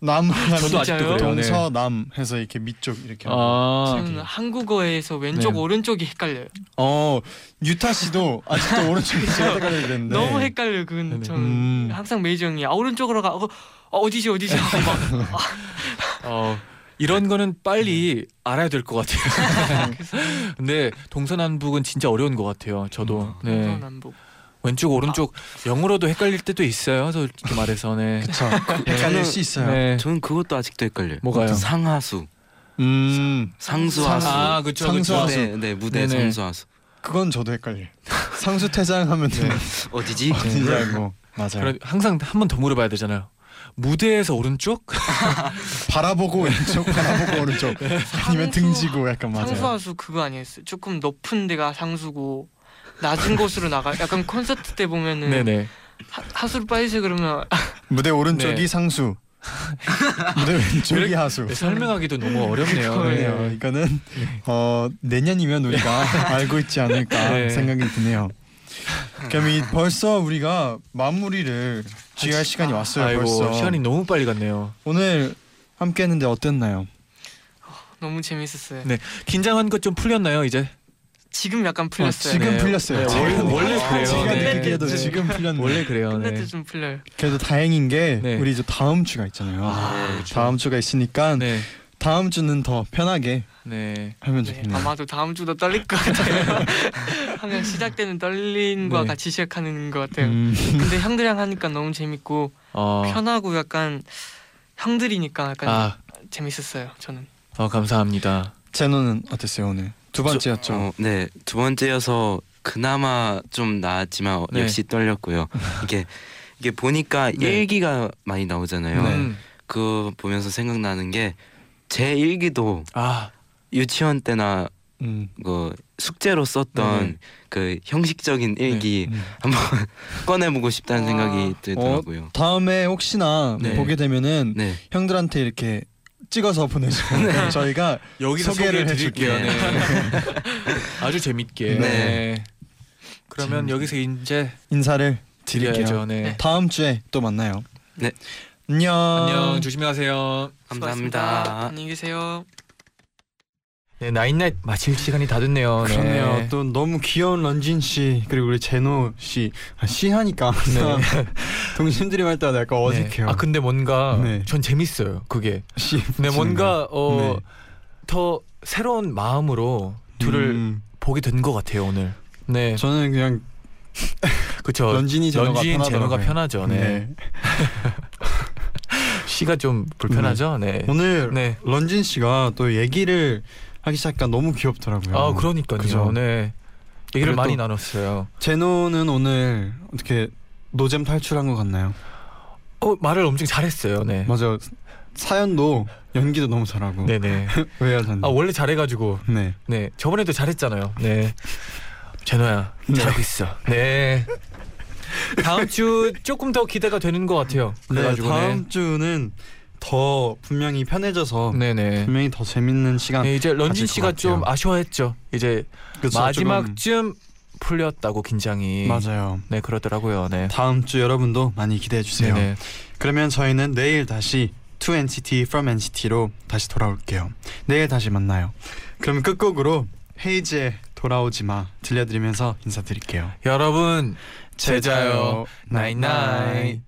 Speaker 4: 남을
Speaker 2: 저도
Speaker 4: 하면
Speaker 2: 아직도 진짜요? 그래요. 네.
Speaker 4: 동서남 해서 이렇게 밑쪽 이렇게 하고.
Speaker 2: 아.
Speaker 7: 저는 한국어에서 왼쪽
Speaker 2: 네.
Speaker 7: 오른쪽이 헷갈려요.
Speaker 4: 어 유타 씨도 아직도 오른쪽이 제일 헷갈려야 되는데
Speaker 7: 너무 헷갈려. 그건
Speaker 2: 네. 네네.
Speaker 7: 저는
Speaker 4: 음.
Speaker 7: 항상 메이저 형이 아, 오른쪽으로 가. 어, 어, 어디지 어디지. 막
Speaker 2: 어, 이런 거는 빨리
Speaker 4: 네.
Speaker 2: 알아야 될 것 같아요. 근데 동서남북은 진짜 어려운 것 같아요. 저도.
Speaker 4: 음,
Speaker 2: 네.
Speaker 7: 동서남북.
Speaker 2: 왼쪽 오른쪽 영어로도 헷갈릴 때도 있어요. 솔직히 말해서. 네.
Speaker 4: 아. 그쵸 헷갈릴 수 있어요.
Speaker 2: 네.
Speaker 6: 저는 그것도 아직도 헷갈려요.
Speaker 2: 뭐가요?
Speaker 6: 상하수,
Speaker 4: 음
Speaker 6: 상수하수.
Speaker 2: 아, 그쵸 그쵸.
Speaker 4: 상수하수.
Speaker 6: 무대, 네 무대
Speaker 2: 네네.
Speaker 6: 상수하수.
Speaker 4: 그건 저도 헷갈려. 요 상수 퇴장하면 되는
Speaker 6: 어디지?
Speaker 4: 어디지 알고 맞아요.
Speaker 2: 네. 그럼 항상 한 번 더 물어봐야 되잖아요. 무대에서 오른쪽?
Speaker 4: 바라보고 왼쪽 바라보고 오른쪽 아니면
Speaker 7: 상수-
Speaker 4: 등지고 약간 맞아요.
Speaker 7: 상수하수 그거 아니었어요. 조금 높은 데가 상수고 낮은 곳으로 나가. 약간 콘서트 때 보면은
Speaker 2: 네네.
Speaker 7: 하, 하수를 빠지세요 그러면 아,
Speaker 4: 무대 오른쪽이
Speaker 2: 네.
Speaker 4: 상수 무대 왼쪽이 하수.
Speaker 2: 네, 설명하기도 너무 어렵네요.
Speaker 4: 그러네요.
Speaker 2: 네.
Speaker 4: 이거는 어, 내년이면 우리가 알고 있지 않을까
Speaker 2: 네.
Speaker 4: 생각이 드네요. 그럼 이 벌써 우리가 마무리를 지할 시간이 왔어요.
Speaker 2: 아이고
Speaker 4: 벌써
Speaker 2: 시간이 너무 빨리 갔네요.
Speaker 4: 오늘 함께했는데 어땠나요?
Speaker 7: 너무 재밌었어요.
Speaker 2: 네. 긴장한 것 좀 풀렸나요 이제?
Speaker 7: 지금 약간 풀렸어요.
Speaker 4: 아, 지금
Speaker 2: 네.
Speaker 4: 풀렸어요.
Speaker 2: 네,
Speaker 4: 지금.
Speaker 2: 원래- 원래 그래요.
Speaker 4: 제가
Speaker 2: 네.
Speaker 4: 느끼기에도
Speaker 2: 네.
Speaker 4: 지금 풀렸네.
Speaker 2: 원래 그래요.
Speaker 7: 끝날
Speaker 2: 네.
Speaker 7: 때 좀 풀려요.
Speaker 4: 그래도 다행인 게
Speaker 2: 네.
Speaker 4: 우리 이제 다음 주가 있잖아요. 네, 다음 주가 있으니까
Speaker 2: 네.
Speaker 4: 다음 주는 더 편하게
Speaker 2: 네.
Speaker 4: 하면
Speaker 7: 네,
Speaker 4: 좋겠네요.
Speaker 7: 아마도 다음 주도 떨릴 것 같아요. 항상 시작되는 떨림과
Speaker 2: 네.
Speaker 7: 같이 시작하는 것 같아요.
Speaker 4: 음,
Speaker 7: 근데 형들이랑 하니까 너무 재밌고
Speaker 2: 어.
Speaker 7: 편하고 약간 형들이니까 약간
Speaker 2: 아,
Speaker 7: 재밌었어요. 저는
Speaker 2: 어, 감사합니다.
Speaker 4: 제노는 어땠어요 오늘? 두 번째였죠.
Speaker 6: 어, 네, 두 번째여서 그나마 좀 나았지만
Speaker 2: 네.
Speaker 6: 역시 떨렸고요. 이게 이게 보니까
Speaker 2: 네.
Speaker 6: 일기가 많이 나오잖아요.
Speaker 4: 네.
Speaker 2: 음.
Speaker 6: 그거 보면서 생각나는 게 제 일기도
Speaker 2: 아,
Speaker 6: 유치원 때나
Speaker 4: 음,
Speaker 6: 그 숙제로 썼던
Speaker 2: 네네.
Speaker 6: 그 형식적인 일기
Speaker 4: 음.
Speaker 6: 한번 꺼내보고 싶다는
Speaker 7: 와.
Speaker 6: 생각이 들더라고요.
Speaker 4: 어? 다음에 혹시나
Speaker 6: 네.
Speaker 4: 보게 되면은
Speaker 6: 네.
Speaker 4: 형들한테 이렇게 찍어서 보내주면 저희가
Speaker 2: 여기서
Speaker 4: 소개를
Speaker 2: 소개를 드릴게요.
Speaker 6: 해줄게요.
Speaker 2: 네. 아주 재밌게.
Speaker 4: 네.
Speaker 2: 네. 그러면
Speaker 4: 재밌게.
Speaker 2: 여기서 이제
Speaker 4: 인사를 드릴게요.
Speaker 2: 드려야죠. 네.
Speaker 4: 다음 주에 또 만나요.
Speaker 6: 네.
Speaker 4: 안녕.
Speaker 7: 음.
Speaker 2: 안녕. 조심히 가세요.
Speaker 7: 수고하셨습니다.
Speaker 6: 감사합니다.
Speaker 7: 안녕히 계세요.
Speaker 2: 네, 나인나잇 마칠 시간이 다 됐네요. 네.
Speaker 5: 그렇네요. 또 너무 귀여운 런쥔 씨 그리고 우리 제노 씨, 아, 씨 하니까 항상
Speaker 4: 네.
Speaker 5: 동심들이 말 때마다 약간 어색해요.
Speaker 2: 네. 아,
Speaker 4: 그
Speaker 2: 근데 뭔가
Speaker 5: 네.
Speaker 2: 전 재밌어요. 그게.
Speaker 5: 씨
Speaker 2: 네,
Speaker 5: 붙이는 거.
Speaker 2: 뭔가 어
Speaker 5: 네.
Speaker 2: 더 새로운 마음으로 둘을
Speaker 5: 음,
Speaker 2: 보게 된 것 같아요 오늘. 네,
Speaker 5: 저는 그냥
Speaker 4: 어,
Speaker 2: 그렇죠.
Speaker 5: 런쥔이 제노가
Speaker 2: 런쥔 제노가
Speaker 5: 편하더라고요.
Speaker 2: 편하죠. 네.
Speaker 5: 네.
Speaker 2: 시가 좀 불편하죠. 네.
Speaker 5: 오늘
Speaker 2: 네.
Speaker 5: 런쥔 씨가 또 얘기를 하기 시작하니까 너무 귀엽더라고요.
Speaker 2: 아 그러니까요.
Speaker 5: 음, 그죠.
Speaker 2: 네. 얘기를
Speaker 5: 그래도-
Speaker 2: 많이 나눴어요.
Speaker 5: 제노는 오늘 어떻게 노잼 탈출한 것 같나요?
Speaker 2: 어 말을 엄청 잘했어요. 네.
Speaker 5: 맞아. 사연도 연기도 너무 잘하고.
Speaker 2: 네네.
Speaker 5: 왜요, 잔디?
Speaker 2: 아 원래 잘해가지고
Speaker 5: 네.
Speaker 2: 네 저번에도 잘했잖아요. 네. 제노야 잘하고 있어. 네. 다음 주 조금 더 기대가 되는 것 같아요.
Speaker 5: 네,
Speaker 2: 그래가지고
Speaker 5: 다음 주는 더 분명히 편해져서
Speaker 2: 네. 네네.
Speaker 5: 분명히 더 재밌는 시간.
Speaker 2: 네, 이제 런쥔
Speaker 5: 맞을 음, 것
Speaker 2: 씨가 좀
Speaker 5: 같아요.
Speaker 2: 아쉬워했죠. 이제
Speaker 5: 그쵸, 조금- 네.
Speaker 2: 마지막쯤 풀렸다고 긴장이.
Speaker 5: 맞아요.
Speaker 2: 네 그러더라고요. 네.
Speaker 5: 다음 주 여러분도 많이 기대해 주세요.
Speaker 2: 네네.
Speaker 5: 그러면 저희는 내일 다시 To NCT From NCT로 다시 돌아올게요. 내일 다시 만나요. 그럼 끝곡으로 헤이즈의 돌아오지 마 들려드리면서 인사드릴게요.
Speaker 2: 여러분 제자요 나잇나잇